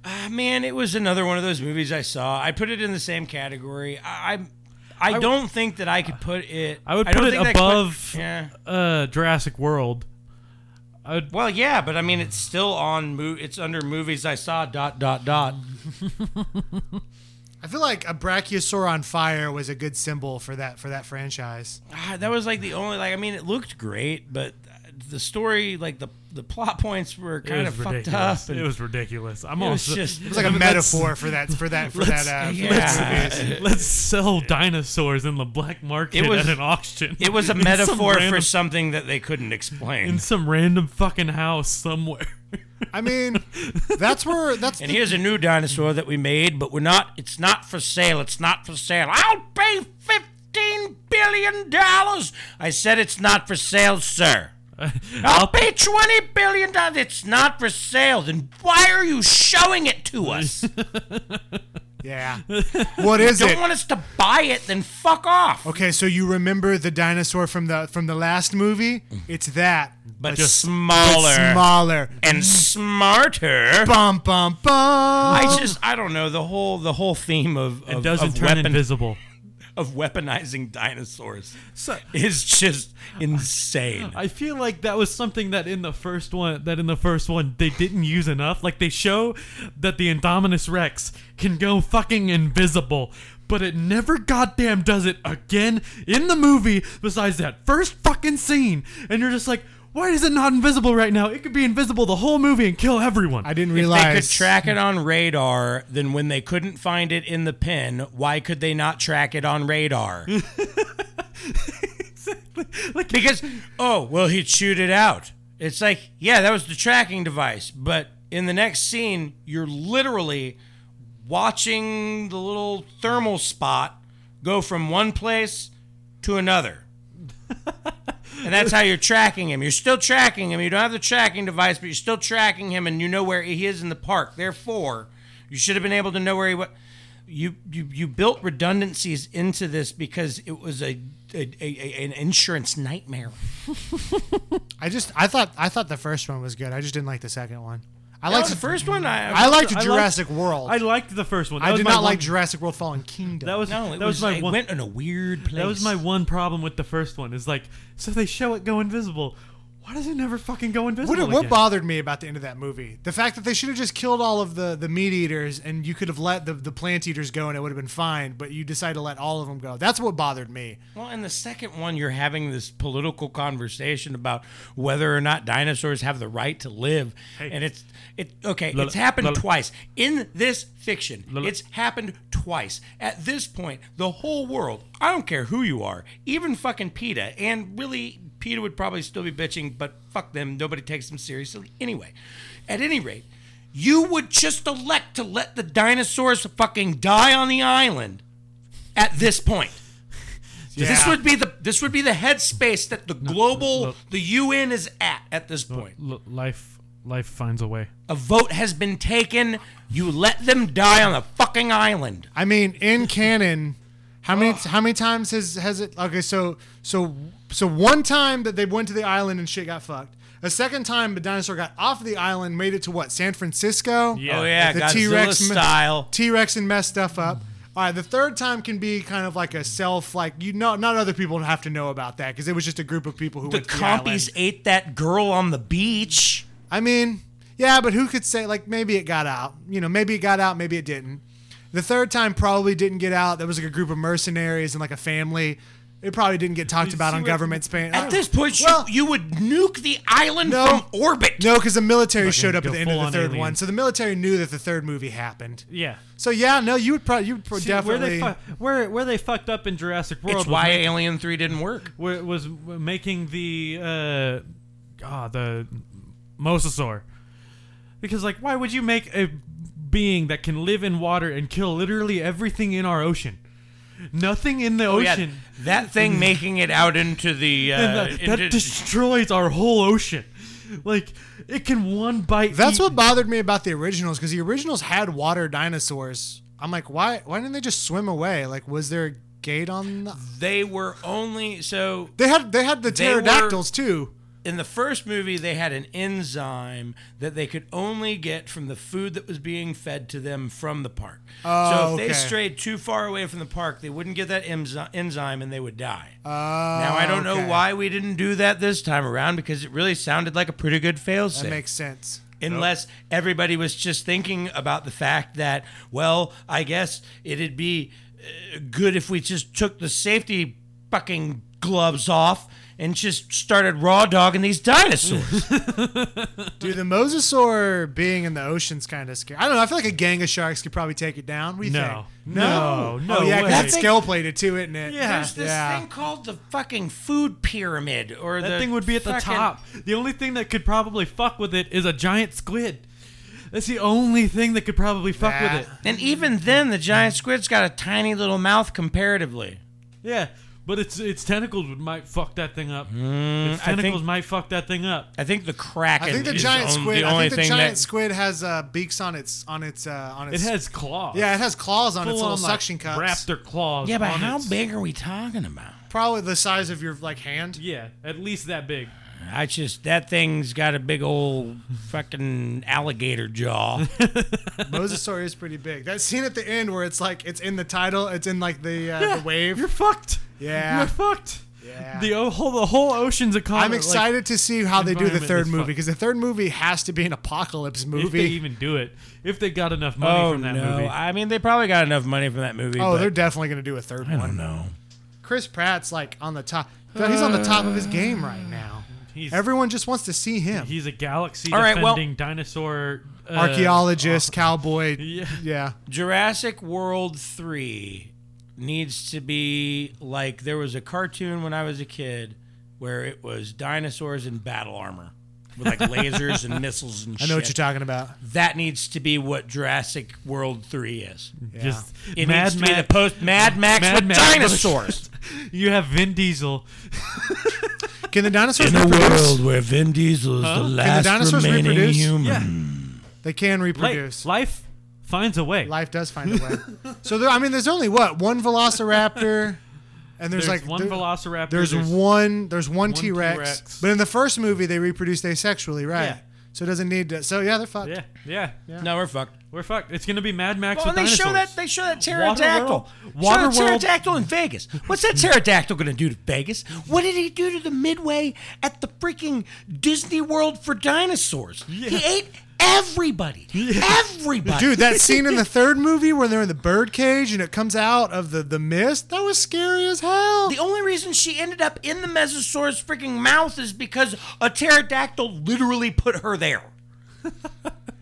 Speaker 2: Ah, man, it was another one of those movies I saw. I put it in the same category. I, I, I don't think that I could put it.
Speaker 3: I would
Speaker 2: don't
Speaker 3: put it
Speaker 2: think that I could put-
Speaker 3: above-
Speaker 2: yeah.
Speaker 3: Uh, Jurassic World.
Speaker 2: Well, yeah, but I mean, it's still on. Mo- it's under movies I saw. Dot dot dot.
Speaker 1: I feel like a Brachiosaur on fire was a good symbol for that for that franchise.
Speaker 2: Ah, that was like the only like I mean it looked great, but the story like the the plot points were
Speaker 3: It
Speaker 2: kind
Speaker 3: was
Speaker 2: of fucked
Speaker 3: ridiculous.
Speaker 2: up. and-
Speaker 3: it was ridiculous. I'm
Speaker 2: It was
Speaker 3: also
Speaker 2: just-
Speaker 1: It was like a metaphor for that for that for that.
Speaker 3: let's-
Speaker 1: Uh, for
Speaker 2: yeah.
Speaker 1: that movies.
Speaker 3: Let's sell dinosaurs in the black market
Speaker 2: It was-
Speaker 3: at an auction.
Speaker 2: It was a
Speaker 3: In some
Speaker 2: metaphor for
Speaker 3: random-
Speaker 2: something that they couldn't explain.
Speaker 3: in some random fucking house somewhere.
Speaker 1: I mean, that's where that's
Speaker 2: and here's a new dinosaur that we made, but we're not. It's not for sale. It's not for sale. I'll pay fifteen billion dollars. I said it's not for sale, sir. I'll pay twenty billion dollars. It's not for sale. Then why are you showing it to us?
Speaker 1: yeah. What is it?
Speaker 2: Don't want us to buy it? Then fuck off.
Speaker 1: Okay, so you remember the dinosaur from the from the last movie? It's that,
Speaker 2: But
Speaker 1: s-
Speaker 2: smaller.
Speaker 1: but smaller.
Speaker 2: And smarter.
Speaker 1: Bum bum bum.
Speaker 2: I just I don't know the whole the whole theme of of,
Speaker 3: It doesn't
Speaker 2: of
Speaker 3: turn
Speaker 2: weapon,
Speaker 3: invisible.
Speaker 2: of weaponizing dinosaurs is just insane.
Speaker 3: I feel like that was something that in the first one that in the first one they didn't use enough. Like they show that the Indominus Rex can go fucking invisible, but it never goddamn does it again in the movie besides that first fucking scene. And you're just like, why is it not invisible right now? It could be invisible the whole movie and kill everyone.
Speaker 1: I didn't
Speaker 2: If
Speaker 1: realize
Speaker 2: they could track it on radar, then when they couldn't find it in the pen, why could they not track it on radar?
Speaker 3: like
Speaker 2: Because oh well, he'd shoot it out. It's like yeah, that was the tracking device, but in the next scene, you're literally watching the little thermal spot go from one place to another. and that's how you're tracking him. You're still tracking him. You don't have the tracking device, but you're still tracking him, and you know where he is in the park. Therefore, you should have been able to know where he was. You you you built redundancies into this because it was a, a, a, a- an insurance nightmare.
Speaker 1: I just I thought I thought the first one was good. I just didn't like the second one. I
Speaker 2: Like
Speaker 1: liked
Speaker 2: the first one, I,
Speaker 1: I liked
Speaker 3: I liked-
Speaker 1: Jurassic World.
Speaker 3: I liked the first one. That
Speaker 1: I
Speaker 3: was
Speaker 1: did
Speaker 3: my
Speaker 1: not
Speaker 3: one-
Speaker 1: like Jurassic World Fallen Kingdom.
Speaker 3: That was
Speaker 2: no. It
Speaker 3: that
Speaker 2: was,
Speaker 3: was, my
Speaker 2: it
Speaker 3: one.
Speaker 2: went in a weird place.
Speaker 3: That was my one problem with the first one. Is like, so they show it go invisible. Why does it never fucking go invisible?
Speaker 1: what, what
Speaker 3: again?
Speaker 1: bothered me about the end of that movie? The fact that they should have just killed all of the, the meat eaters and you could have let the, the plant eaters go and it would have been fine, but you decided to let all of them go. That's what bothered me.
Speaker 2: Well, in the second one, you're having this political conversation about whether or not dinosaurs have the right to live, and it's it okay.
Speaker 3: Lola-
Speaker 2: it's happened
Speaker 3: Lola-
Speaker 2: twice in this fiction.
Speaker 3: Lola-
Speaker 2: It's happened twice. At this point, the whole world. I don't care who you are, even fucking PETA, and really, PETA would probably still be bitching, but fuck them. Nobody takes them seriously anyway. At any rate. You would just elect to let the dinosaurs fucking die on the island at this point. This
Speaker 1: Yeah.
Speaker 2: would be the this would be the headspace that the global the UN is at at this point.
Speaker 3: L- life, life finds a way.
Speaker 2: A vote has been taken. You let them die on the fucking island.
Speaker 1: I mean, in canon, how many how many times has has it? Okay, so so so one time that they went to the island and shit got fucked. A second time, the dinosaur got off the island, made it to what San Francisco.
Speaker 3: Yeah.
Speaker 2: oh yeah,
Speaker 1: The
Speaker 2: Godzilla
Speaker 1: T-Rex m-
Speaker 2: style.
Speaker 1: T Rex and mess stuff up. All right, the third time can be kind of like a self, like you know, not other people have to know about that because it was just a group of people who
Speaker 2: The
Speaker 1: went to the island.
Speaker 2: compies ate that girl on the beach.
Speaker 1: I mean, yeah, but who could say like maybe it got out? You know, maybe it got out, maybe it didn't. The third time probably didn't get out. There was like a group of mercenaries and like a family. It probably didn't get talked about on
Speaker 3: what-
Speaker 1: government span.
Speaker 2: At this point, you,
Speaker 1: well,
Speaker 2: you would nuke the island
Speaker 1: No.
Speaker 2: from orbit.
Speaker 1: no, because the military showed up
Speaker 3: go
Speaker 1: at the end of the
Speaker 3: full-on
Speaker 1: third
Speaker 3: alien.
Speaker 1: one, so the military knew that the third movie happened.
Speaker 3: Yeah.
Speaker 1: So yeah, no, you would probably you would pro-
Speaker 3: See,
Speaker 1: definitely.
Speaker 3: Where they, fu- where, where they fucked up in Jurassic World
Speaker 2: It's
Speaker 3: was,
Speaker 2: why
Speaker 3: ma-
Speaker 2: Alien Three didn't work.
Speaker 3: wa- was w- making the uh, ah the mosasaur, because like why would you make a being that can live in water and kill literally everything in our ocean? Nothing in the
Speaker 1: Oh,
Speaker 2: Yeah,
Speaker 3: ocean.
Speaker 2: that
Speaker 1: Mm.
Speaker 2: thing making it out into the uh,
Speaker 3: and that, that
Speaker 2: into-
Speaker 3: destroys our whole ocean. Like it can one bite.
Speaker 1: That's
Speaker 3: eat-
Speaker 1: what bothered me about the originals because the originals had water dinosaurs. I'm like, why? Why didn't they just swim away? Like, was there a gate on? The-
Speaker 2: they were only so
Speaker 1: they had they had the
Speaker 2: They were-
Speaker 1: pterodactyls too.
Speaker 2: in the first movie they had an enzyme that they could only get from the food that was being fed to them from the park. so
Speaker 1: Oh,
Speaker 2: if
Speaker 1: okay.
Speaker 2: they strayed too far away from the park, they wouldn't get that enzy- enzyme and they would die.
Speaker 1: Uh,
Speaker 2: now I don't know why we didn't do that this time around because it really sounded like a pretty good failsafe.
Speaker 1: That makes sense.
Speaker 2: unless everybody was just thinking about the fact that, well, I guess it'd be uh, good if we just took the safety fucking gloves off and just started raw dogging these dinosaurs.
Speaker 1: Dude, the mosasaur being in the ocean's kind of scary. I don't know. I feel like a gang of sharks could probably take it down. What do you
Speaker 3: No.
Speaker 1: think?
Speaker 3: No. No
Speaker 1: Oh, yeah,
Speaker 3: way.
Speaker 1: because
Speaker 2: That
Speaker 1: it's
Speaker 2: thing-
Speaker 1: scale plated too, isn't it?
Speaker 3: Yeah.
Speaker 2: There's this
Speaker 1: Yeah.
Speaker 2: thing called the fucking food pyramid, or
Speaker 3: That
Speaker 2: the
Speaker 3: thing would be at the
Speaker 2: fucking-
Speaker 3: top. The only thing that could probably fuck with it is a giant squid. That's the only thing that could probably fuck
Speaker 1: That-
Speaker 3: with it.
Speaker 2: And even then, the giant squid's got a tiny little mouth comparatively.
Speaker 3: Yeah, but its its tentacles would might fuck that thing up. its
Speaker 1: Hmm,
Speaker 2: I think-
Speaker 3: tentacles might fuck that thing up.
Speaker 2: I think the kraken.
Speaker 1: I think the
Speaker 2: is
Speaker 1: giant
Speaker 2: on-
Speaker 1: squid.
Speaker 2: The
Speaker 1: I
Speaker 2: only
Speaker 1: think the
Speaker 2: thing
Speaker 1: giant
Speaker 2: that,
Speaker 1: squid has uh, beaks on its on its uh, on
Speaker 3: It
Speaker 1: its.
Speaker 3: has claws.
Speaker 1: yeah, it has claws on its
Speaker 3: Full-on,
Speaker 1: little
Speaker 3: like,
Speaker 1: suction cups.
Speaker 3: Raptor claws.
Speaker 2: Yeah, but
Speaker 3: on
Speaker 2: how
Speaker 3: its-
Speaker 2: big are we talking about?
Speaker 1: Probably the size of your like hand.
Speaker 3: Yeah, at least that big.
Speaker 2: I just that thing's got a big old fucking alligator jaw.
Speaker 1: Mosasaur is pretty big. That scene at the end where it's like it's in the title, it's in like the uh, the wave.
Speaker 3: You're fucked.
Speaker 1: Yeah.
Speaker 3: You're fucked.
Speaker 1: Yeah.
Speaker 3: The o- whole the whole ocean's a comet.
Speaker 1: I'm excited to see how they do the
Speaker 3: environment
Speaker 1: third
Speaker 3: is
Speaker 1: movie
Speaker 3: fucked.
Speaker 1: because the third movie has to be an apocalypse
Speaker 3: Like, if they
Speaker 1: movie.
Speaker 3: even do it, if they got enough money
Speaker 2: oh
Speaker 3: from that
Speaker 2: no!
Speaker 3: movie.
Speaker 2: I mean, they probably got enough money from that movie.
Speaker 1: Oh,
Speaker 2: but
Speaker 1: they're definitely gonna do a third
Speaker 2: I
Speaker 1: one.
Speaker 2: don't know.
Speaker 1: Chris Pratt's like on the top. He's on the top of his
Speaker 3: Uh,
Speaker 1: game right now.
Speaker 3: he's
Speaker 1: Everyone just wants to see him.
Speaker 3: he's a galaxy
Speaker 2: All right, well-
Speaker 3: defending dinosaur uh,
Speaker 1: Archaeologist, cowboy.
Speaker 3: Yeah.
Speaker 1: Yeah.
Speaker 2: Jurassic World 3 needs to be like there was a cartoon when I was a kid where it was dinosaurs in battle armor with like lasers and missiles and
Speaker 1: I
Speaker 2: shit.
Speaker 1: know what you're talking about.
Speaker 2: That needs to what Jurassic World 3 is.
Speaker 3: Just
Speaker 2: It
Speaker 3: Mad
Speaker 2: needs to be the
Speaker 3: Max-
Speaker 2: post Mad Max
Speaker 3: Mad
Speaker 2: with
Speaker 3: Max.
Speaker 2: dinosaurs.
Speaker 3: you have Vin Diesel.
Speaker 1: Can the dinosaurs reproduce?
Speaker 2: where Vin Diesel is the
Speaker 1: last dinosaurs remaining reproduce? human.
Speaker 3: Yeah,
Speaker 1: They can
Speaker 3: like,
Speaker 1: reproduce.
Speaker 3: life finds a way.
Speaker 1: Life does find a way. so there, I mean, there's only what one Velociraptor, and there's,
Speaker 3: there's
Speaker 1: like
Speaker 3: one
Speaker 1: there-
Speaker 3: Velociraptor.
Speaker 1: There's, one. There's one, T
Speaker 3: T-Rex.
Speaker 1: Rex. But in the first movie, they reproduced asexually, right?
Speaker 3: Yeah.
Speaker 1: So it doesn't need to. So yeah, they're fucked.
Speaker 3: Yeah, yeah,
Speaker 2: No, we're fucked.
Speaker 3: We're fucked. It's gonna be Mad Max
Speaker 2: Well,
Speaker 3: with
Speaker 2: they
Speaker 3: dinosaurs.
Speaker 2: show that they show that pterodactyl.
Speaker 3: Waterworld-
Speaker 2: Show that
Speaker 3: Waterworld-
Speaker 2: pterodactyl in Vegas. What's that pterodactyl gonna do to Vegas? What did he do to the midway at the freaking Disney World for dinosaurs? He ate everybody. Everybody.
Speaker 1: Dude, that scene in the third movie where they're in the bird cage and it comes out of the, the mist, that was scary as hell.
Speaker 2: The only reason she ended up in the mesosaur's freaking mouth is because a pterodactyl literally put her there.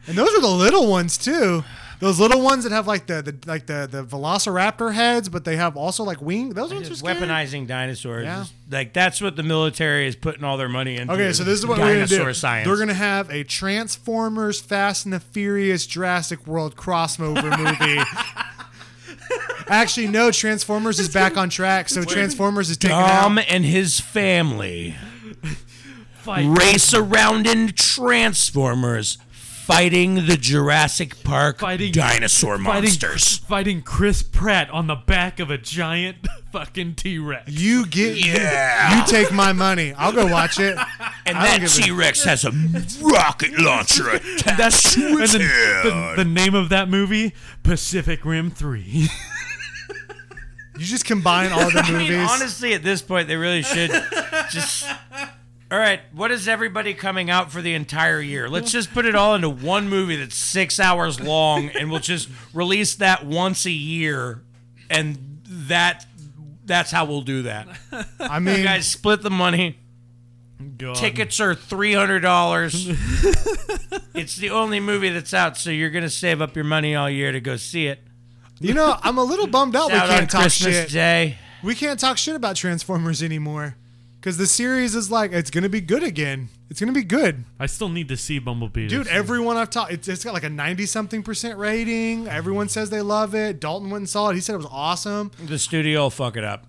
Speaker 1: And those are the little ones too. Those little ones that have like the, the like the, the velociraptor heads, but they have also like wing. Those ones are
Speaker 2: Just
Speaker 1: scary.
Speaker 2: weaponizing dinosaurs.
Speaker 1: Yeah.
Speaker 2: is- Like that's what the military is putting all their money into.
Speaker 1: Okay, so this is what we're gonna
Speaker 2: dinosaur
Speaker 1: do.
Speaker 2: science.
Speaker 1: We're gonna have a Transformers, Fast and the Furious, Jurassic World crossover movie. Actually, no. Transformers is back on track, so Transformers is taking
Speaker 2: Dom
Speaker 1: out.
Speaker 2: and his family
Speaker 3: Fight.
Speaker 2: race around in Transformers, fighting the Jurassic Park
Speaker 3: Fighting-
Speaker 2: dinosaur
Speaker 3: Fighting,
Speaker 2: monsters.
Speaker 3: fighting Chris Pratt on the back of a giant fucking T Rex.
Speaker 1: You get
Speaker 2: Yeah,
Speaker 1: you take my money. I'll go watch it.
Speaker 2: and
Speaker 1: I don't
Speaker 2: that
Speaker 1: give a-
Speaker 2: T Rex has a rocket launcher attached to
Speaker 3: And
Speaker 2: its
Speaker 3: the, the,
Speaker 2: head.
Speaker 3: the name of that movie, Pacific Rim 3.
Speaker 1: You just combine all the
Speaker 2: I
Speaker 1: movies.
Speaker 2: mean, honestly, at this point, they really should just. All right, what is everybody coming out for the entire year? Let's just put it all into one movie that's six hours long, and we'll just release that once a year, and that that's how we'll do that.
Speaker 1: I mean,
Speaker 2: You guys split the money.
Speaker 3: God.
Speaker 2: Tickets are three hundred dollars. it's the only movie that's out, so you're gonna save up your money all year to go see it.
Speaker 1: you know, I'm a little bummed out.
Speaker 2: It's out
Speaker 1: we
Speaker 2: on
Speaker 1: can't talk
Speaker 2: Christmas
Speaker 1: shit.
Speaker 2: Day.
Speaker 1: We can't talk shit about Transformers anymore, because the series is like it's gonna be good again. It's gonna be good.
Speaker 3: I still need to see Bumblebee.
Speaker 1: Dude, everyone I've talked, it's, it's got like a 90 something percent rating. Everyone says they love it. Dalton went and saw it. He said it was awesome.
Speaker 2: The studio will fuck it up.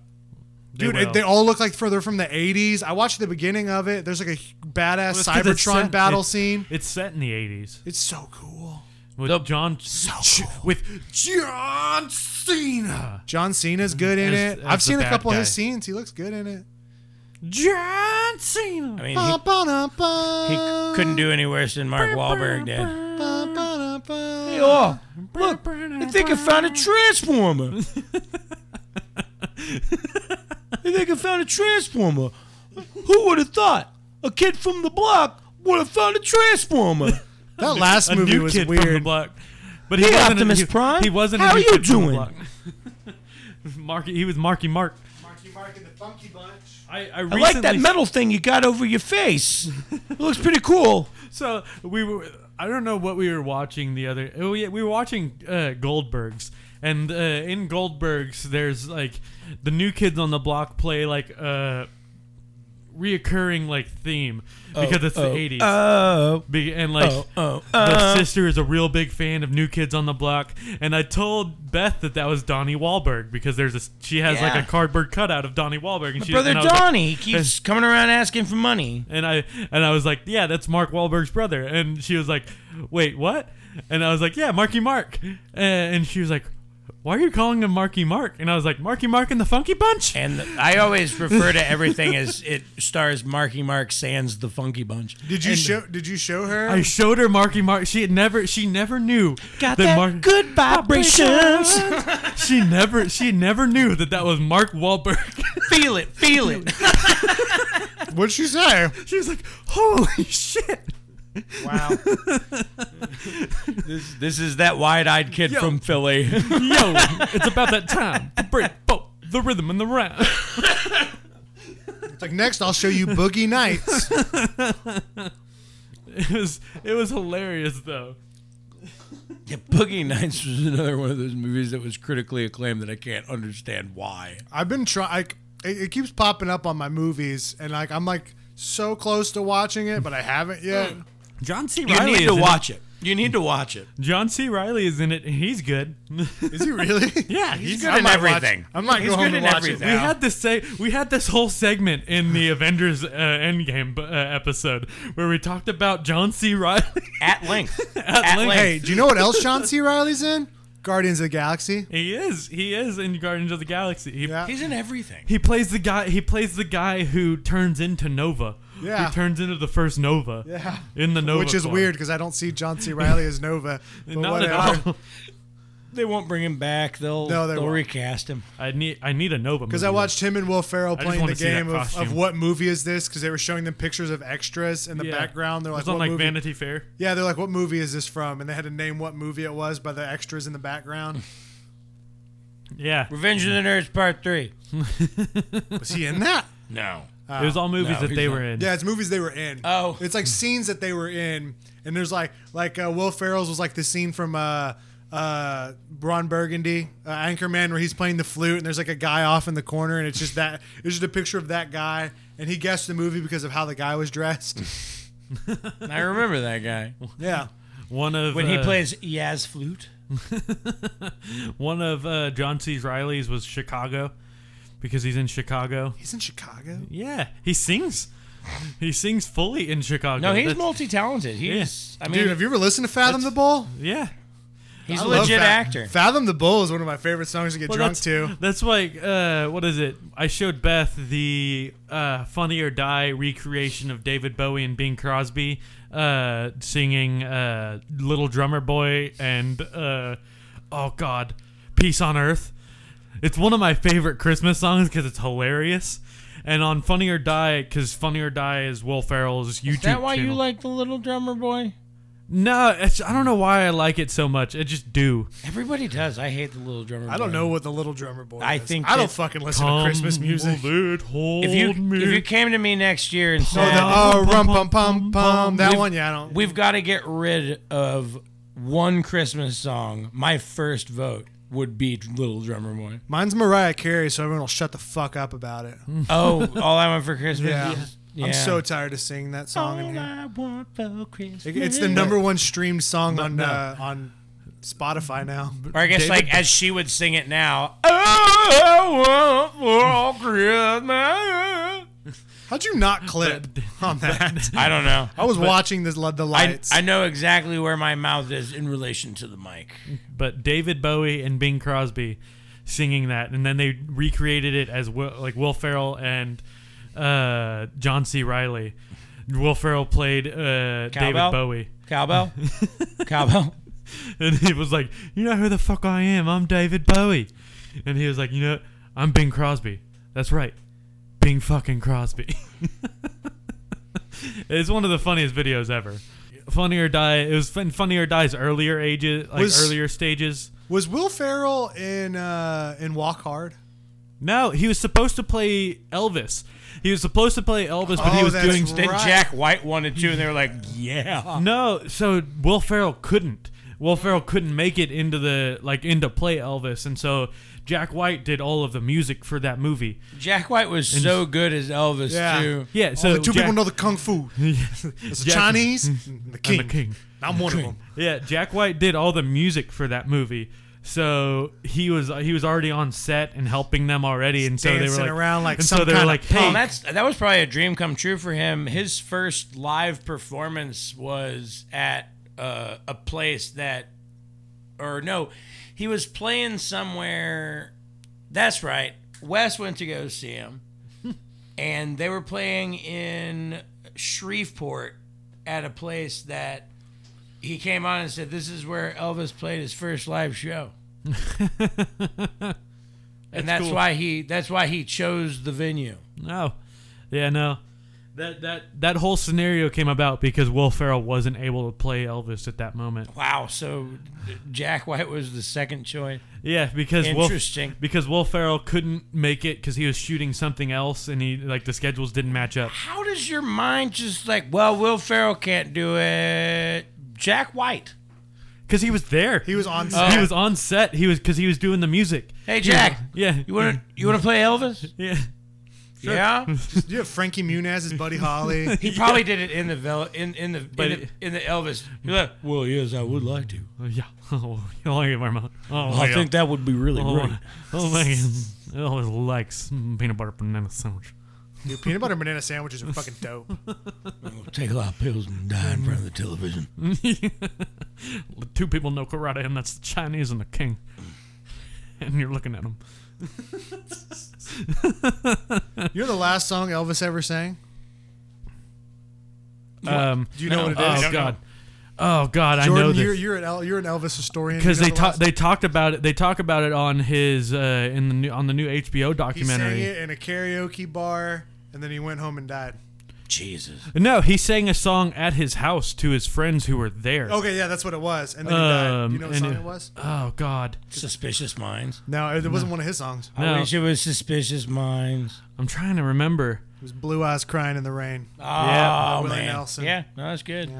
Speaker 1: Dude,
Speaker 3: will.
Speaker 1: it- they all look like further from the 80s. I watched the beginning of it. There's like a h- badass
Speaker 3: Well, it's 'cause it's
Speaker 1: Cybertron
Speaker 3: set-
Speaker 1: battle
Speaker 3: it's-
Speaker 1: scene.
Speaker 3: It's set in the 80s
Speaker 1: It's so cool.
Speaker 3: with John with John Cena.
Speaker 1: John Cena's good in
Speaker 3: As-
Speaker 1: it.
Speaker 3: as
Speaker 1: I've
Speaker 3: the
Speaker 1: seen a
Speaker 3: bad
Speaker 1: couple of his
Speaker 3: guy.
Speaker 1: scenes. He looks good in it.
Speaker 3: John Cena.
Speaker 2: I mean, he-
Speaker 1: Ba, ba, da, ba,
Speaker 2: He c- couldn't do any worse than Mark Wahlberg did.
Speaker 1: ba, ba, da, ba.
Speaker 2: Oh, look, I think I found a transformer. I think I found a transformer. Who would have thought? A kid from the block would have found a transformer.
Speaker 1: That last
Speaker 3: a
Speaker 1: movie
Speaker 3: new
Speaker 1: was
Speaker 3: kid from the
Speaker 1: weird.
Speaker 3: block. But he
Speaker 2: Hey,
Speaker 3: wasn't
Speaker 2: Optimus
Speaker 3: a, he,
Speaker 2: Prime.
Speaker 3: He wasn't.
Speaker 2: How
Speaker 3: a new
Speaker 2: are you
Speaker 3: kid from the
Speaker 2: doing?
Speaker 3: block. Marky, he was Marky Mark.
Speaker 1: Marky Mark and the Funky Bunch.
Speaker 3: I, I,
Speaker 2: I
Speaker 3: recently,
Speaker 2: like that metal thing you got over your face. It looks pretty cool.
Speaker 3: So we were. I don't know what we were watching the other. Oh yeah, we were watching uh, Goldberg's, and uh, in Goldberg's, there's like the new kids on the block play like a reoccurring like theme because it's the '80s.
Speaker 2: Oh,
Speaker 3: Be- and like
Speaker 2: Oh, oh,
Speaker 3: the
Speaker 2: uh.
Speaker 3: sister is a real big fan of New Kids on the Block, and I told Beth that that was Donnie Wahlberg because there's a she has
Speaker 2: Yeah.
Speaker 3: like a cardboard cutout of Donnie Wahlberg, and she
Speaker 2: brother
Speaker 3: and I was like-
Speaker 2: Donnie he keeps coming around asking for money.
Speaker 3: and I and I was like, yeah, that's Mark Wahlberg's brother, and she was like, wait, what? And I was like, yeah, Marky Mark, and she was like, why are you calling him Marky Mark? And I was like, Marky Mark and the Funky Bunch.
Speaker 2: And I always refer to everything as it stars Marky Mark Sands the Funky Bunch.
Speaker 1: Did you show? Did you show her?
Speaker 3: I showed her Marky Mark. She had never. She never knew
Speaker 2: Got that
Speaker 3: Mark-
Speaker 2: good vibrations.
Speaker 3: she never. She never knew that that was Mark Wahlberg.
Speaker 2: feel it, feel it.
Speaker 1: What'd she say?
Speaker 3: She was like, "Holy shit!"
Speaker 2: Wow. this this is that wide-eyed kid
Speaker 3: Yo.
Speaker 2: from Philly.
Speaker 3: Yo, it's about that time. The break, boom, the rhythm, and the rhyme.
Speaker 1: It's like next, I'll show you Boogie Nights.
Speaker 3: It was. It was hilarious though.
Speaker 2: Yeah, Boogie Nights was another one of those movies that was critically acclaimed that I can't understand why.
Speaker 1: I've been trying. It, it keeps popping up on my movies, and like I'm like so close to watching it, but I haven't yet.
Speaker 3: Hmm. John C.
Speaker 2: You
Speaker 3: Riley
Speaker 2: need
Speaker 3: is
Speaker 2: to
Speaker 3: in
Speaker 2: watch it. You need to watch it.
Speaker 3: It. John C. Riley is in it, and he's good.
Speaker 1: Is he really?
Speaker 3: yeah,
Speaker 2: He's
Speaker 3: he's.
Speaker 2: good
Speaker 1: I
Speaker 2: in
Speaker 1: might watch-
Speaker 2: everything.
Speaker 1: I might
Speaker 2: He's
Speaker 1: go home
Speaker 2: good
Speaker 1: and
Speaker 2: in
Speaker 1: watch it.
Speaker 2: everything.
Speaker 3: We had this say we had this whole segment in the Avengers uh, Endgame uh, episode where we talked about John C. Riley.
Speaker 2: at length.
Speaker 3: At length.
Speaker 1: Hey, do you know what else Sean C. Riley's in? Guardians of the Galaxy.
Speaker 3: he is he is in Guardians of the Galaxy. He,
Speaker 1: Yeah.
Speaker 2: He's in everything.
Speaker 3: He plays the guy. He plays the guy who turns into Nova.
Speaker 1: Yeah.
Speaker 3: Who turns into the first Nova.
Speaker 1: Yeah.
Speaker 3: In the Nova.
Speaker 1: Which is
Speaker 3: form.
Speaker 1: weird because I don't see John C. Riley as Nova. But
Speaker 3: Not
Speaker 1: whatever.
Speaker 3: at all.
Speaker 2: They won't bring him back. They'll
Speaker 1: No, they
Speaker 2: they'll
Speaker 1: won't.
Speaker 2: recast him.
Speaker 3: I need. I need a Nova.
Speaker 1: Because I watched him and Will Ferrell
Speaker 3: just
Speaker 1: playing
Speaker 3: wanna
Speaker 1: the
Speaker 3: see that
Speaker 1: game of, of
Speaker 3: costume.
Speaker 1: what movie is this? Because they were showing them pictures of extras in the background. They're
Speaker 3: it
Speaker 1: like,
Speaker 3: was on
Speaker 1: what
Speaker 3: like
Speaker 1: movie?
Speaker 3: Vanity Fair.
Speaker 1: yeah, they're like, what movie is this from? And they had to name what movie it was by the extras in the background.
Speaker 3: Yeah.
Speaker 2: Revenge of the Nerds Part Three.
Speaker 1: was he in that?
Speaker 2: No.
Speaker 3: it was all movies
Speaker 2: no,
Speaker 3: that
Speaker 2: he's
Speaker 3: they
Speaker 2: not.
Speaker 3: were in.
Speaker 1: Yeah, it's movies they were in.
Speaker 2: Oh.
Speaker 1: it's like scenes that they were in, and there's like like uh, Will Ferrell's was like the scene from uh, uh, Ron Burgundy, uh, Anchorman, where he's playing the flute, and there's like a guy off in the corner, and it's just that it's just a picture of that guy, and he guessed the movie because of how the guy was dressed.
Speaker 2: I remember that guy
Speaker 1: yeah,
Speaker 3: One of
Speaker 2: when he
Speaker 3: uh,
Speaker 2: plays Yaz flute.
Speaker 3: One of uh, John C. Riley's was Chicago, because he's in Chicago.
Speaker 1: he's in Chicago.
Speaker 3: Yeah. He sings. he sings fully in Chicago.
Speaker 2: No, he's
Speaker 3: That's-
Speaker 2: multi-talented. He's. I mean,
Speaker 1: Dude, have you ever listened to Fathom the Bull?
Speaker 3: Yeah.
Speaker 2: he's
Speaker 1: I
Speaker 2: a
Speaker 1: love
Speaker 2: legit
Speaker 1: Fa-
Speaker 2: actor.
Speaker 1: Fathom the Bull is one of my favorite songs to get
Speaker 3: Well,
Speaker 1: drunk
Speaker 3: that's,
Speaker 1: to.
Speaker 3: That's like uh, what is it? I showed Beth the uh, "Funny or Die" recreation of David Bowie and Bing Crosby uh, singing uh, "Little Drummer Boy" and uh, oh god, "Peace on Earth." It's one of my favorite Christmas songs because it's hilarious. And on "Funny or Die," because "Funny or Die" is Will Ferrell's YouTube.
Speaker 2: Is that why you
Speaker 3: channel.
Speaker 2: like the Little Drummer Boy?
Speaker 3: No, it's, I don't know why I like it so much. I just do.
Speaker 2: Everybody does. I hate the Little Drummer.
Speaker 1: I
Speaker 2: Boy.
Speaker 1: don't know what the Little Drummer Boy.
Speaker 2: I
Speaker 1: is.
Speaker 2: think
Speaker 1: I don't
Speaker 2: that-
Speaker 1: fucking listen to Christmas music.
Speaker 2: If you if you came to me next year and
Speaker 1: Oh,
Speaker 2: said
Speaker 1: the, oh, rum pum pum pum. That
Speaker 2: We've-
Speaker 1: one, yeah, I don't.
Speaker 2: we've got to get rid of one Christmas song, my first vote would be Little Drummer Boy.
Speaker 1: Mine's Mariah Carey, so everyone will shut the fuck up about it.
Speaker 2: Oh, all I want for Christmas.
Speaker 1: Yeah.
Speaker 2: is-
Speaker 1: I'm
Speaker 2: yeah.
Speaker 1: so tired of singing that song in
Speaker 2: All
Speaker 1: here.
Speaker 2: I want for Christmas.
Speaker 1: It- It's the number one streamed song on uh, on Spotify now.
Speaker 2: Or I guess like as she would sing it now. Oh, I want for Christmas.
Speaker 1: How'd you not clip on that?
Speaker 2: I don't know.
Speaker 1: I was watching this the
Speaker 2: I,
Speaker 1: lights.
Speaker 2: I know exactly where my mouth is in relation to the mic.
Speaker 3: but David Bowie and Bing Crosby singing that, and then they recreated it as Will, like Will Ferrell and uh, John C. Riley. Will Ferrell played uh, David
Speaker 2: Cowbell?
Speaker 3: Bowie,
Speaker 2: Cowbell, cowbell.
Speaker 3: and he was like, "You know who the fuck I am? I'm David Bowie," and he was like, "You know, I'm Bing Crosby. That's right, Bing fucking Crosby." it's one of the funniest videos ever. Funny or Die. It was fun. Funny or Die's earlier ages, like
Speaker 1: Was-
Speaker 3: earlier stages.
Speaker 1: Was Will Ferrell in uh, in Walk Hard?
Speaker 3: No, he was supposed to play Elvis. He was supposed to play Elvis, but
Speaker 1: Oh,
Speaker 3: he was
Speaker 1: that's
Speaker 3: doing.
Speaker 1: right.
Speaker 2: Then Jack White wanted to, and they were like, "Yeah."
Speaker 3: No, so Will Ferrell couldn't. Will Ferrell couldn't make it into the like into play Elvis, and so Jack White did all of the music for that movie.
Speaker 2: Jack White was so good as Elvis
Speaker 1: Yeah.
Speaker 2: too.
Speaker 3: Yeah, so
Speaker 1: Only two
Speaker 3: Jack,
Speaker 1: people know the kung fu. It's the
Speaker 3: Jack-
Speaker 1: Chinese and the king.
Speaker 3: the king.
Speaker 1: I'm one of them.
Speaker 3: Yeah, Jack White did all the music for that movie. So he was he was already on set and helping them already, and so they were
Speaker 1: Dancing
Speaker 3: like
Speaker 1: around like
Speaker 3: and
Speaker 1: some
Speaker 3: so they were
Speaker 1: kinda
Speaker 3: like,
Speaker 1: punk.
Speaker 3: hey,
Speaker 2: Oh, that's that was probably a dream come true for him. His first live performance was at uh, a place that, or no, he was playing somewhere. That's right. Wes went to go see him, and they were playing in Shreveport at a place that he came on and said, "This is where Elvis played his first live show." and that's
Speaker 3: cool.
Speaker 2: why he that's why he chose the venue.
Speaker 3: No. Yeah, no. That that that whole scenario came about because Will Ferrell wasn't able to play Elvis at that moment.
Speaker 2: Wow, so Jack White was the second choice.
Speaker 3: Yeah, because
Speaker 2: Interesting.
Speaker 3: Will, because Will Ferrell couldn't make it because he was shooting something else and he like the schedules didn't match up.
Speaker 2: How does your mind just like, well, Will Ferrell can't do it. Jack White.
Speaker 3: Because he was there.
Speaker 1: He was on
Speaker 2: Oh.
Speaker 1: set.
Speaker 3: he was on set. He was because he was doing the music.
Speaker 2: Hey Jack.
Speaker 3: Hmm. Yeah.
Speaker 2: You wanna you wanna play Elvis?
Speaker 3: Yeah.
Speaker 2: Yeah.
Speaker 1: you have Frankie Muniz as Buddy Holly.
Speaker 2: He probably did it in the vel- in in the in the,
Speaker 3: it- Hmm.
Speaker 2: in the Elvis. You're like, well, yes, I would like to.
Speaker 3: Oh, yeah. Oh, oh, yeah, my mouth. Oh, my God.
Speaker 2: that would be really
Speaker 3: Oh, my- oh my God. I always like some peanut butter banana sandwich.
Speaker 1: Your peanut butter and banana sandwiches are fucking dope.
Speaker 2: Take a lot of pills and die in front of the television.
Speaker 3: Two people know karate, and that's the Chinese and the king. And you're looking at them.
Speaker 1: You know the last song Elvis ever sang?
Speaker 3: Um,
Speaker 1: Do you know what it
Speaker 3: oh
Speaker 1: is?
Speaker 3: God, oh God, I know
Speaker 1: Jordan, you're
Speaker 3: this
Speaker 1: you're an El- you're an Elvis historian.
Speaker 3: because
Speaker 1: You know
Speaker 3: they
Speaker 1: the
Speaker 3: talked
Speaker 1: last-
Speaker 3: they talked about it. They talk about it on his uh, in the new, on the new HBO
Speaker 1: He sang
Speaker 3: documentary.
Speaker 1: it in a karaoke bar, and then he went home and died.
Speaker 2: Jesus.
Speaker 3: No, he sang a song at his house to his friends who were there.
Speaker 1: Okay, yeah, that's what it was. And then
Speaker 3: Um,
Speaker 1: he died. Do you know what
Speaker 3: and
Speaker 1: song
Speaker 3: it-
Speaker 1: it was?
Speaker 3: Oh God,
Speaker 2: Suspicious minds.
Speaker 1: No, it wasn't one of his songs.
Speaker 3: No.
Speaker 2: I wish it was suspicious minds.
Speaker 3: I'm trying to remember
Speaker 1: It was Blue Eyes Crying in the Rain.
Speaker 2: Oh,
Speaker 3: Yeah.
Speaker 1: Willie
Speaker 2: man.
Speaker 1: Nelson.
Speaker 2: Yeah, no, that's good.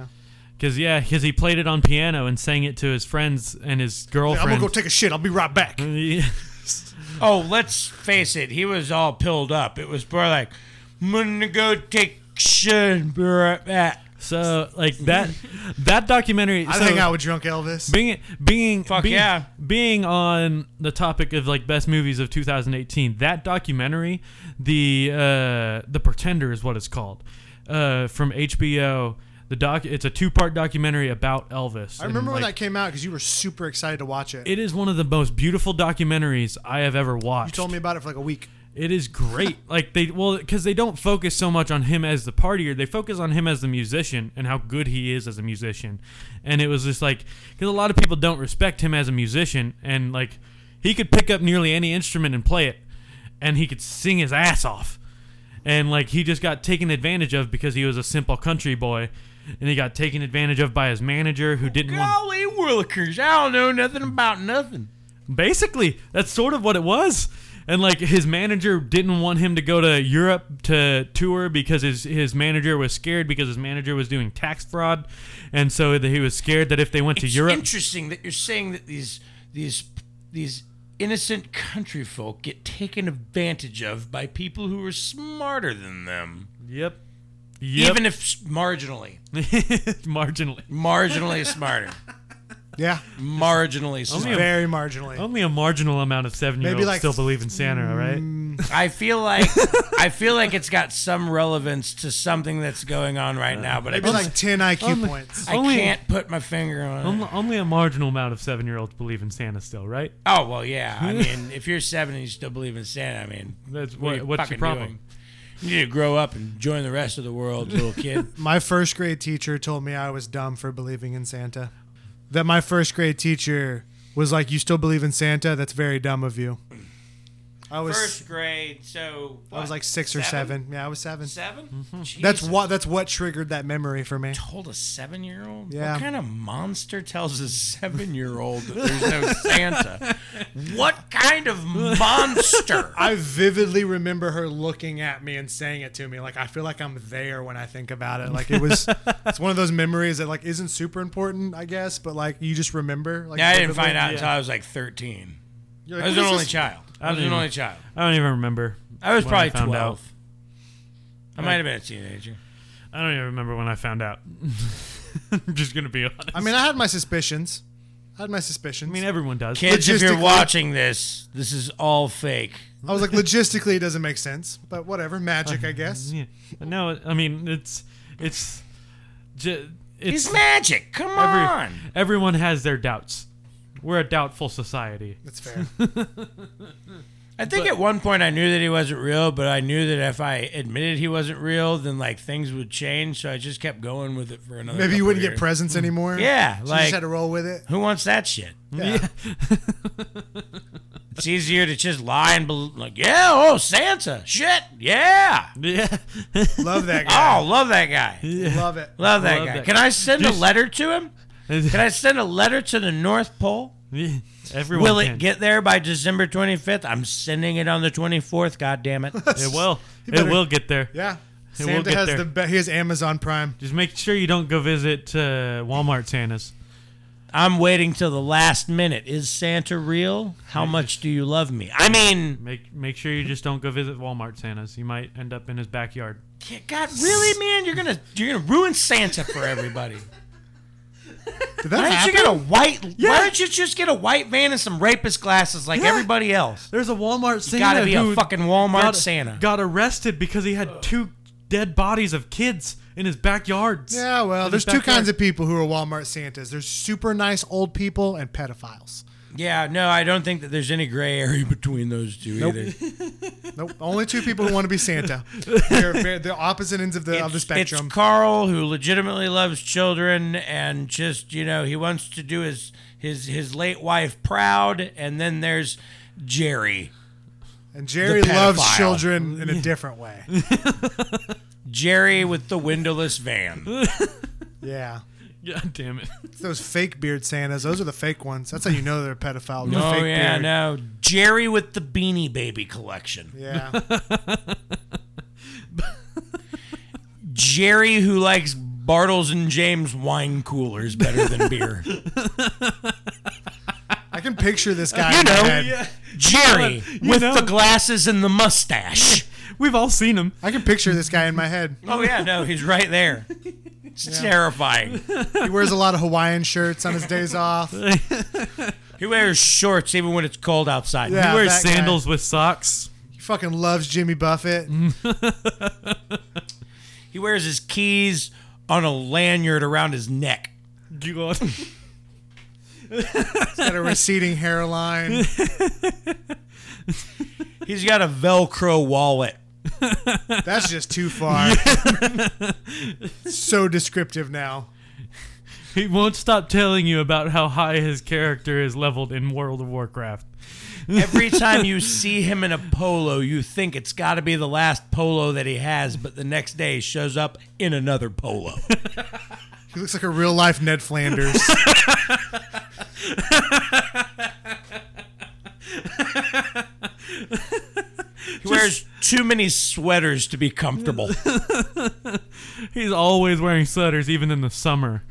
Speaker 3: because yeah, because he played it on piano and sang it to his friends and his
Speaker 1: I'm
Speaker 3: girlfriend.
Speaker 1: gonna go take a shit. I'll be right back.
Speaker 3: Mm.
Speaker 2: Oh, let's face it, he was all pilled up. It was more like, I'm gonna go take shit, be right back.
Speaker 3: so like that that documentary.
Speaker 1: I
Speaker 3: so,
Speaker 1: hang out with drunk Elvis.
Speaker 3: being being
Speaker 2: Fuck
Speaker 3: being,
Speaker 2: yeah.
Speaker 3: being on the topic of like best movies of 2018 that documentary the uh the pretender is what it's called uh from hbo the doc it's a two-part documentary about elvis
Speaker 1: I remember when
Speaker 3: like,
Speaker 1: that came out because you were super excited to watch it.
Speaker 3: it is one of the most beautiful documentaries i have ever watched
Speaker 1: You told me about it for like a week.
Speaker 3: it is great. like they well, because they don't focus so much on him as the partier. They focus on him as the musician and how good he is as a musician. And it was just like because a lot of people don't respect him as a musician, and like he could pick up nearly any instrument and play it, and he could sing his ass off. And like he just got taken advantage of because he was a simple country boy, and he got taken advantage of by his manager who didn't want.
Speaker 2: Golly willikers, I don't know nothing about nothing.
Speaker 3: Basically, that's sort of what it was. And like his manager didn't want him to go to Europe to tour because his his manager was scared because his manager was doing tax fraud, and so that he was scared that if they went to
Speaker 2: It's
Speaker 3: Europe,
Speaker 2: interesting that you're saying that these these these innocent country folk get taken advantage of by people who are smarter than them,
Speaker 3: yep, yep,
Speaker 2: even if s- marginally,
Speaker 3: marginally,
Speaker 2: marginally smarter,
Speaker 1: Yeah,
Speaker 2: marginally smarter.
Speaker 1: very marginally.
Speaker 3: only a marginal amount of seven year olds
Speaker 1: Maybe like- mm,
Speaker 3: still believe in Santa, right?
Speaker 2: I feel like I feel like it's got some relevance to something that's going on right now, but I,
Speaker 3: oh,
Speaker 1: Maybe
Speaker 2: just,
Speaker 1: like ten IQ
Speaker 3: only-
Speaker 1: points.
Speaker 2: I
Speaker 3: only-
Speaker 2: can't put my finger on it.
Speaker 3: Only, only a marginal amount of seven year olds believe in Santa still, right?
Speaker 2: Oh well, yeah. I mean, if you're seven and you still believe in Santa, I mean,
Speaker 3: That's
Speaker 2: what are
Speaker 3: what,
Speaker 2: you
Speaker 3: what's your
Speaker 2: fucking
Speaker 3: problem?
Speaker 2: doing? you need to grow up and join the rest of the world, little kid.
Speaker 1: My first grade teacher told me I was dumb for believing in Santa. That my first grade teacher was like, "You still believe in Santa? That's very dumb of you." I was
Speaker 2: First grade, so
Speaker 1: I was
Speaker 2: what,
Speaker 1: like six or seven. Yeah, I was seven.
Speaker 2: 7
Speaker 1: That's
Speaker 2: Jesus.
Speaker 1: what that's what triggered that memory for me.
Speaker 2: told a seven year old?
Speaker 1: Yeah.
Speaker 2: What kind of monster tells a seven year old that there's no Santa? What kind of monster?
Speaker 1: I vividly remember her looking at me and saying it to me. Like I feel like I'm there when I think about it. Like it was, it's one of those memories that like isn't super important, I guess, but like you just remember. Like
Speaker 2: Yeah, I didn't
Speaker 1: vividly.
Speaker 2: find out until I was like 13.
Speaker 1: You're like,
Speaker 2: I was
Speaker 1: "What
Speaker 2: an
Speaker 1: is
Speaker 2: only
Speaker 1: this?"
Speaker 2: child. I was an
Speaker 3: didn't-
Speaker 2: only child.
Speaker 3: I don't even remember.
Speaker 2: I was
Speaker 3: when
Speaker 2: probably
Speaker 3: found
Speaker 2: 12.
Speaker 3: Out.
Speaker 2: I might have been a teenager.
Speaker 3: I don't even remember when I found out. I'm just gonna be honest.
Speaker 1: I mean, I had my suspicions. I had my suspicions.
Speaker 3: I mean, everyone does.
Speaker 2: Kids, if you're
Speaker 1: Logistically-
Speaker 2: watching this, this is all fake.
Speaker 1: I was like, logistically, it doesn't make sense, but whatever, magic, I guess.
Speaker 3: Yeah. No, I mean it's it's ju- it's
Speaker 2: It's magic. Come on.
Speaker 3: every, everyone has their doubts. We're a doubtful society.
Speaker 1: That's fair.
Speaker 2: I think at one point I knew that he wasn't real, but I knew that if I admitted he wasn't real, then like things would change. So I just kept going with it for another.
Speaker 1: Maybe you
Speaker 2: couple
Speaker 1: wouldn't get
Speaker 2: years.
Speaker 1: presents anymore.
Speaker 2: Hmm. Yeah,
Speaker 1: so you
Speaker 2: like-
Speaker 1: just had to roll with it.
Speaker 2: Who wants that shit? Hmm?
Speaker 1: Yeah.
Speaker 2: It's easier to just lie and bel like, yeah, oh Santa, shit, yeah,
Speaker 3: Yeah.
Speaker 1: Love that guy.
Speaker 2: oh love that guy,
Speaker 1: Love it.
Speaker 2: Oh. love that
Speaker 3: Love
Speaker 2: guy.
Speaker 3: that
Speaker 2: Can
Speaker 3: guy.
Speaker 2: I send a letter to him? Can I send a letter to the North Pole?
Speaker 3: Yeah. Everyone
Speaker 2: Will
Speaker 3: can.
Speaker 2: it get there by December 25th? I'm sending it on the 24th. God damn it!
Speaker 3: It will.
Speaker 1: better-
Speaker 3: It will get there.
Speaker 1: Yeah.
Speaker 3: It will
Speaker 1: Santa
Speaker 3: get
Speaker 1: has
Speaker 3: there.
Speaker 1: the be- he has Amazon Prime.
Speaker 3: Just make sure you don't go visit uh, Walmart Santas.
Speaker 2: I'm waiting till the last minute. Is Santa real? How much do you love me? I mean,
Speaker 3: Make make sure you just don't go visit Walmart Santas. You might end up in his backyard.
Speaker 2: God, really, man? You're gonna you're gonna ruin Santa for everybody.
Speaker 1: Did that
Speaker 2: Why don't you
Speaker 1: happen?
Speaker 2: get a white? Why
Speaker 3: Yeah.
Speaker 2: don't you just get a white van and some rapist glasses like everybody else?
Speaker 3: There's a Walmart Santa
Speaker 2: gotta be a
Speaker 3: who
Speaker 2: fucking Walmart
Speaker 3: got-
Speaker 2: Santa.
Speaker 3: Got arrested because he had two dead bodies of kids in his backyards.
Speaker 1: Yeah, well,
Speaker 3: In
Speaker 1: there's
Speaker 3: his
Speaker 1: two
Speaker 3: backyard.
Speaker 1: kinds of people who are Walmart Santas. There's super nice old people and pedophiles.
Speaker 2: Yeah, no, I don't think that there's any gray area between those two
Speaker 1: Nope.
Speaker 2: either.
Speaker 1: Nope, only two people who want to be Santa. They're, they're the opposite ends of the of the spectrum.
Speaker 2: It's Carl who legitimately loves children and just you know he wants to do his his his late wife proud, and then there's Jerry.
Speaker 1: And Jerry
Speaker 2: the
Speaker 1: loves
Speaker 2: pedophile. Mm.
Speaker 1: children in a different way.
Speaker 2: Jerry with the windowless van.
Speaker 1: Yeah.
Speaker 3: God damn it.
Speaker 1: It's those fake beard Santas. Those are the fake ones. That's how you know they're a pedophile. with the
Speaker 2: oh
Speaker 1: fake
Speaker 2: yeah,
Speaker 1: beard.
Speaker 2: no, Jerry with the Beanie Baby collection.
Speaker 1: Yeah.
Speaker 2: Jerry who likes Bartles and James wine coolers better than beer.
Speaker 1: I can picture this guy.
Speaker 2: You
Speaker 1: in my
Speaker 2: know.
Speaker 1: head.
Speaker 2: Jerry
Speaker 3: You
Speaker 2: with
Speaker 3: know-
Speaker 2: the glasses and the mustache.
Speaker 3: We've all seen him.
Speaker 1: I can picture this guy in my head.
Speaker 2: Oh yeah, no, he's right there. It's terrifying.
Speaker 1: He wears a lot of Hawaiian shirts on his days off. Yeah,
Speaker 2: He wears shorts even when it's cold outside.
Speaker 3: He wears
Speaker 1: that guy.
Speaker 3: sandals with socks.
Speaker 1: He fucking loves Jimmy Buffett.
Speaker 2: He wears his keys on a lanyard around his neck.
Speaker 3: God.
Speaker 1: He's got a receding hairline.
Speaker 2: He's got a Velcro wallet.
Speaker 1: That's just too far. so descriptive now.
Speaker 3: he won't stop telling you about how high his character is leveled in World of Warcraft.
Speaker 2: Every time you see him in a polo, you think it's got to be the last polo that he has, but the next day he shows up in another polo.
Speaker 1: He looks like a real life Ned Flanders.
Speaker 2: He wears too many sweaters to be comfortable.
Speaker 3: He's always wearing sweaters, even in the summer.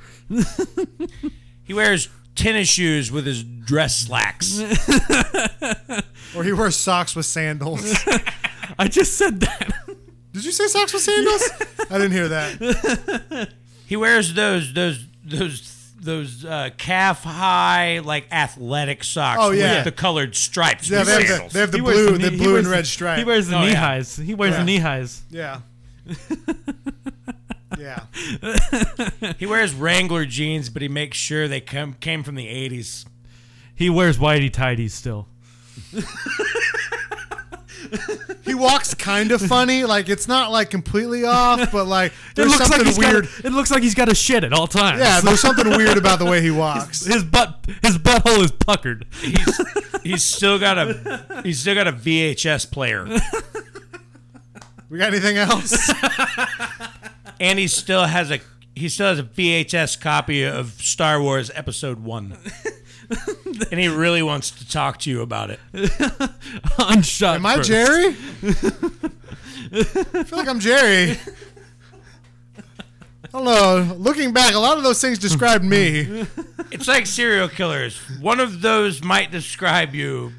Speaker 2: He wears tennis shoes with his dress slacks.
Speaker 1: or he wears socks with sandals.
Speaker 3: I just said that.
Speaker 1: Did you say socks with sandals? I didn't hear that.
Speaker 2: He wears those those those those uh, calf high like athletic socks
Speaker 1: Oh, yeah.
Speaker 2: with the colored stripes.
Speaker 1: Yeah,
Speaker 2: with
Speaker 1: they have the,
Speaker 2: sandals.
Speaker 1: they have the
Speaker 3: He wears
Speaker 1: blue,
Speaker 3: knee-
Speaker 1: the
Speaker 3: he
Speaker 1: blue
Speaker 3: wears
Speaker 1: and
Speaker 3: the-
Speaker 1: red stripe.
Speaker 3: He wears the
Speaker 2: Oh,
Speaker 3: knee
Speaker 2: yeah.
Speaker 3: highs. He wears
Speaker 1: Yeah.
Speaker 3: the knee highs.
Speaker 1: yeah. Yeah.
Speaker 2: He wears Wrangler jeans, but he makes sure they come came from the '80s.
Speaker 3: He wears whitey tidies still.
Speaker 1: He walks kind of funny, like it's not like completely off, but like
Speaker 3: It
Speaker 1: there's
Speaker 3: looks like
Speaker 1: something
Speaker 3: he's
Speaker 1: weird.
Speaker 3: weird. it looks like he's got a shit at all times.
Speaker 1: yeah, there's something weird about the way he walks.
Speaker 3: his butt, his butthole is puckered.
Speaker 2: He's, he's still got a he's still got a VHS player,
Speaker 1: We got anything else?
Speaker 2: and he still has a he still has a VHS copy of Star Wars Episode One, and he really wants to talk to you about it.
Speaker 3: Unshot.
Speaker 1: Am I
Speaker 3: first.
Speaker 1: Jerry? I feel like I'm Jerry. I don't know. Looking back, a lot of those things described me.
Speaker 2: It's like serial killers. One of those might describe you,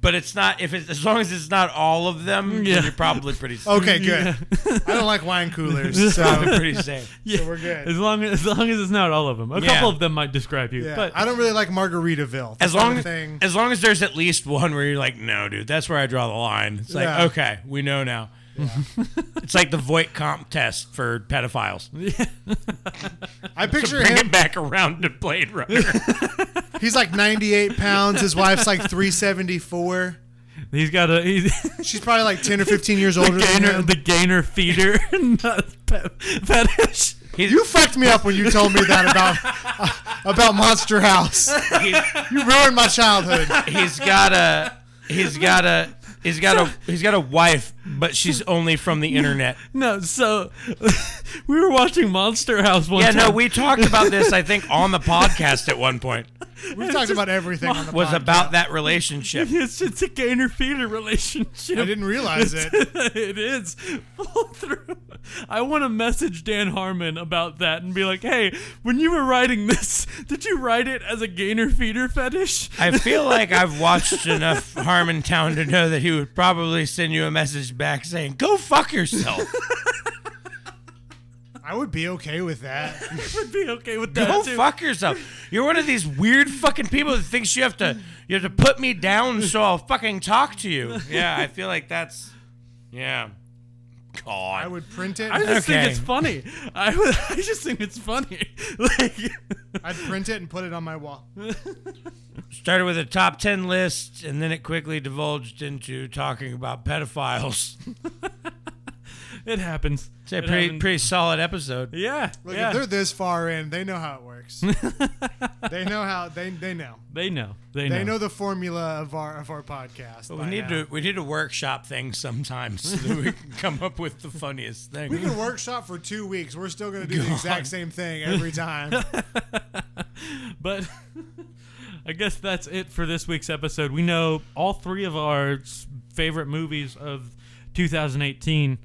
Speaker 2: but it's not if it's as long as it's not all of them.
Speaker 3: Yeah.
Speaker 2: then you're probably pretty safe.
Speaker 1: Okay, good. I don't like wine coolers, so,
Speaker 2: Probably pretty safe.
Speaker 1: so we're good.
Speaker 3: As long as, as long as it's not all of them. A
Speaker 2: Yeah.
Speaker 3: couple of them might describe you,
Speaker 1: Yeah,
Speaker 3: but
Speaker 1: I don't really like Margaritaville. That's
Speaker 2: As long
Speaker 1: the
Speaker 2: as,
Speaker 1: thing.
Speaker 2: as long as there's at least one where you're like, no, dude, that's where I draw the line. It's like,
Speaker 1: Yeah.
Speaker 2: okay, we know now. it's like the Voight comp test for pedophiles.
Speaker 1: I picture
Speaker 2: Bring
Speaker 1: him
Speaker 2: it back around to Blade Runner.
Speaker 1: He's like 98 pounds. His wife's like 374.
Speaker 3: he's got a he's
Speaker 1: She's probably like 10 or 15 years older than
Speaker 3: gainer,
Speaker 1: him.
Speaker 3: the gainer feeder nut pe- fetish.
Speaker 1: You fucked me up when you told me that about uh, about Monster House.
Speaker 2: He's-
Speaker 1: You ruined my childhood.
Speaker 2: he's got a, he's got a, he's got a, he's got a wife, but she's only from the internet.
Speaker 3: No, so we were watching Monster House one
Speaker 2: Yeah,
Speaker 3: time.
Speaker 2: no, we talked about this. I think on the podcast at one point
Speaker 1: We've talked about everything on the
Speaker 2: was
Speaker 1: podcast.
Speaker 2: about that relationship.
Speaker 3: It's, it's a gainer feeder relationship.
Speaker 1: I didn't realize it.
Speaker 3: it is full through. I want to message Dan Harmon about that and be like, "Hey, when you were writing this, did you write it as a gainer feeder fetish?"
Speaker 2: I feel like I've watched enough Harmontown to know that he would probably send you a message back saying, "Go fuck yourself."
Speaker 1: I would be okay with that.
Speaker 3: would be okay with that
Speaker 2: Go
Speaker 3: too.
Speaker 2: fuck yourself. You're one of these weird fucking people that thinks you have to you have to put me down so I'll fucking talk to you. Yeah, I feel like that's yeah. God.
Speaker 1: I would print it.
Speaker 3: I just
Speaker 2: Okay.
Speaker 3: think it's funny. I, would- I just think it's funny. Like,
Speaker 1: I'd print it and put it on my wall.
Speaker 2: Started with a top 10 list and then it quickly divulged into talking about pedophiles.
Speaker 3: it happens.
Speaker 2: It's a
Speaker 3: It
Speaker 2: pretty
Speaker 3: happens.
Speaker 2: pretty solid episode.
Speaker 3: yeah,
Speaker 1: Look,
Speaker 3: yeah.
Speaker 1: if they're this far in, they know how it works. they know how they they know.
Speaker 3: They know. They know.
Speaker 1: They know the formula of our of our podcast.
Speaker 2: But
Speaker 1: by
Speaker 2: we need
Speaker 1: now.
Speaker 2: to we need to workshop things sometimes so that we can come up with the funniest thing.
Speaker 1: We can workshop for two weeks. We're still going to do the exact same thing every time.
Speaker 3: But I guess that's it for this week's episode. We know all three of our s- favorite movies of 2018.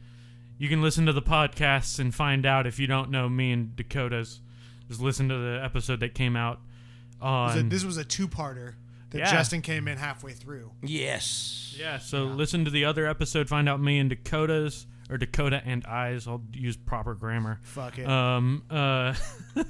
Speaker 3: You can listen to the podcasts and find out if you don't know me and Dakota's. Just listen to the episode that came out
Speaker 1: So
Speaker 3: on.
Speaker 1: this was a two-parter that
Speaker 3: Yeah.
Speaker 1: Justin came in halfway through.
Speaker 2: Yes.
Speaker 3: yeah, so listen to the other episode. Find out me and Dakota's or Dakota and I's. I'll use proper grammar.
Speaker 1: Fuck it.
Speaker 3: Um, uh,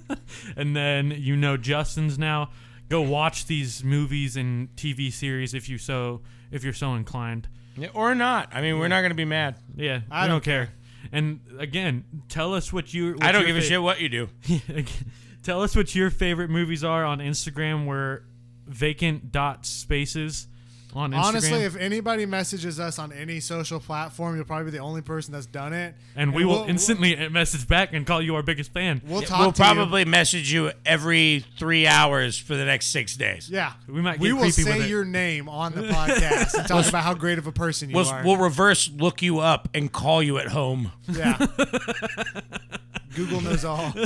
Speaker 3: and then you know Justin's now. Go watch these movies and TV series if you so if you're so inclined.
Speaker 2: Yeah, Or not. I mean, we're not going to be mad.
Speaker 3: Yeah,
Speaker 1: I
Speaker 3: we
Speaker 1: don't care.
Speaker 3: And again, tell us what you. What
Speaker 2: I don't
Speaker 3: your
Speaker 2: give a
Speaker 3: fa-
Speaker 2: shit what you do.
Speaker 3: Again, tell us what your favorite movies are on Instagram. We're vacant dot spaces on Instagram.
Speaker 1: Honestly, if anybody messages us on any social platform, you'll probably be the only person that's done it.
Speaker 3: and we will
Speaker 1: we'll-
Speaker 3: instantly message back and call you our biggest fan.
Speaker 1: We'll, we'll talk
Speaker 2: we'll
Speaker 1: to
Speaker 2: probably message you every three hours for the next six days.
Speaker 1: you. Yeah,
Speaker 3: We might
Speaker 1: we
Speaker 3: get
Speaker 1: will
Speaker 3: creepy with
Speaker 1: say
Speaker 3: it.
Speaker 1: your name on the podcast and talk about how great of a person you
Speaker 2: We'll,
Speaker 1: are.
Speaker 2: we'll reverse look you up and call you at home.
Speaker 1: yeah. Google knows all.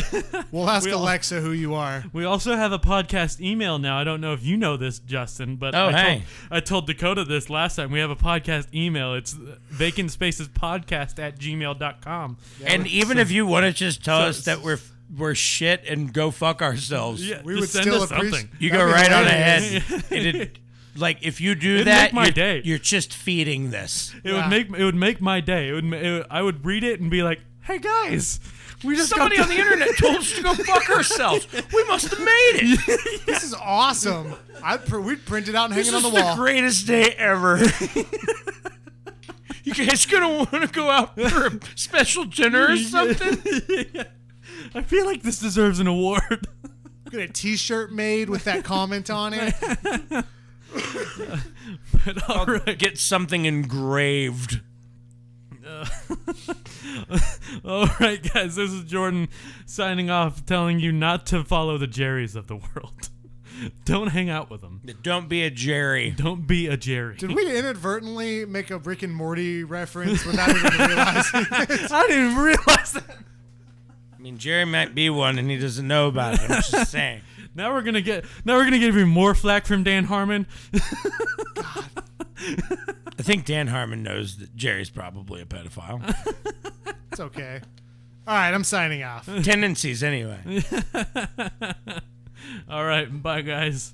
Speaker 1: We'll ask Alexa who you are.
Speaker 3: We also have a podcast email now. I don't know if you know this, Justin, but
Speaker 2: Oh,
Speaker 3: I,
Speaker 2: hey.
Speaker 3: told, I told Dakota this last time. We have a podcast email. It's vacant spaces podcast at gmail.com.
Speaker 2: and even if you want to just tell us that we're we're shit and go fuck ourselves,
Speaker 3: Yeah,
Speaker 1: We
Speaker 3: just
Speaker 1: would
Speaker 3: send
Speaker 1: still
Speaker 3: us
Speaker 1: appreciate.
Speaker 3: something.
Speaker 2: you go
Speaker 1: That'd be
Speaker 2: right on
Speaker 1: great.
Speaker 2: ahead. It'd, like if you do
Speaker 3: It'd
Speaker 2: that,
Speaker 3: make my
Speaker 2: you're,
Speaker 3: day.
Speaker 2: you're just feeding this.
Speaker 3: It
Speaker 1: Yeah.
Speaker 3: would make it would make my day. It would, ma- it would- I would read it and be like, "Hey guys, we just
Speaker 2: Somebody on
Speaker 3: got
Speaker 2: the internet told us to go fuck ourselves. We must have made it.
Speaker 1: This is awesome. I'd pr- we'd print it out and hang
Speaker 2: This
Speaker 1: it on
Speaker 2: is
Speaker 1: the
Speaker 2: the,
Speaker 1: wall.
Speaker 2: greatest day ever. you guys gonna want to go out for a special dinner or something?
Speaker 3: I feel like this deserves an award.
Speaker 1: Get a T-shirt made with that comment on it.
Speaker 3: but all
Speaker 2: I'll
Speaker 3: right.
Speaker 2: get something engraved.
Speaker 3: All right, guys, this is Jordan signing off, telling you not to follow the Jerrys of the world. Don't hang out with them.
Speaker 2: Don't be a Jerry.
Speaker 3: Don't be a Jerry.
Speaker 1: Did we inadvertently make a Rick and Morty reference without even realizing?
Speaker 3: I didn't realize that.
Speaker 2: I mean, Jerry might be one, and he doesn't know about it. I'm just saying.
Speaker 3: Now we're gonna get. Now we're gonna get even more flack from Dan Harmon.
Speaker 2: I think Dan Harmon knows that Jerry's probably a pedophile.
Speaker 1: It's okay. All right, I'm signing off.
Speaker 2: Tendencies, anyway.
Speaker 3: All right, bye, guys.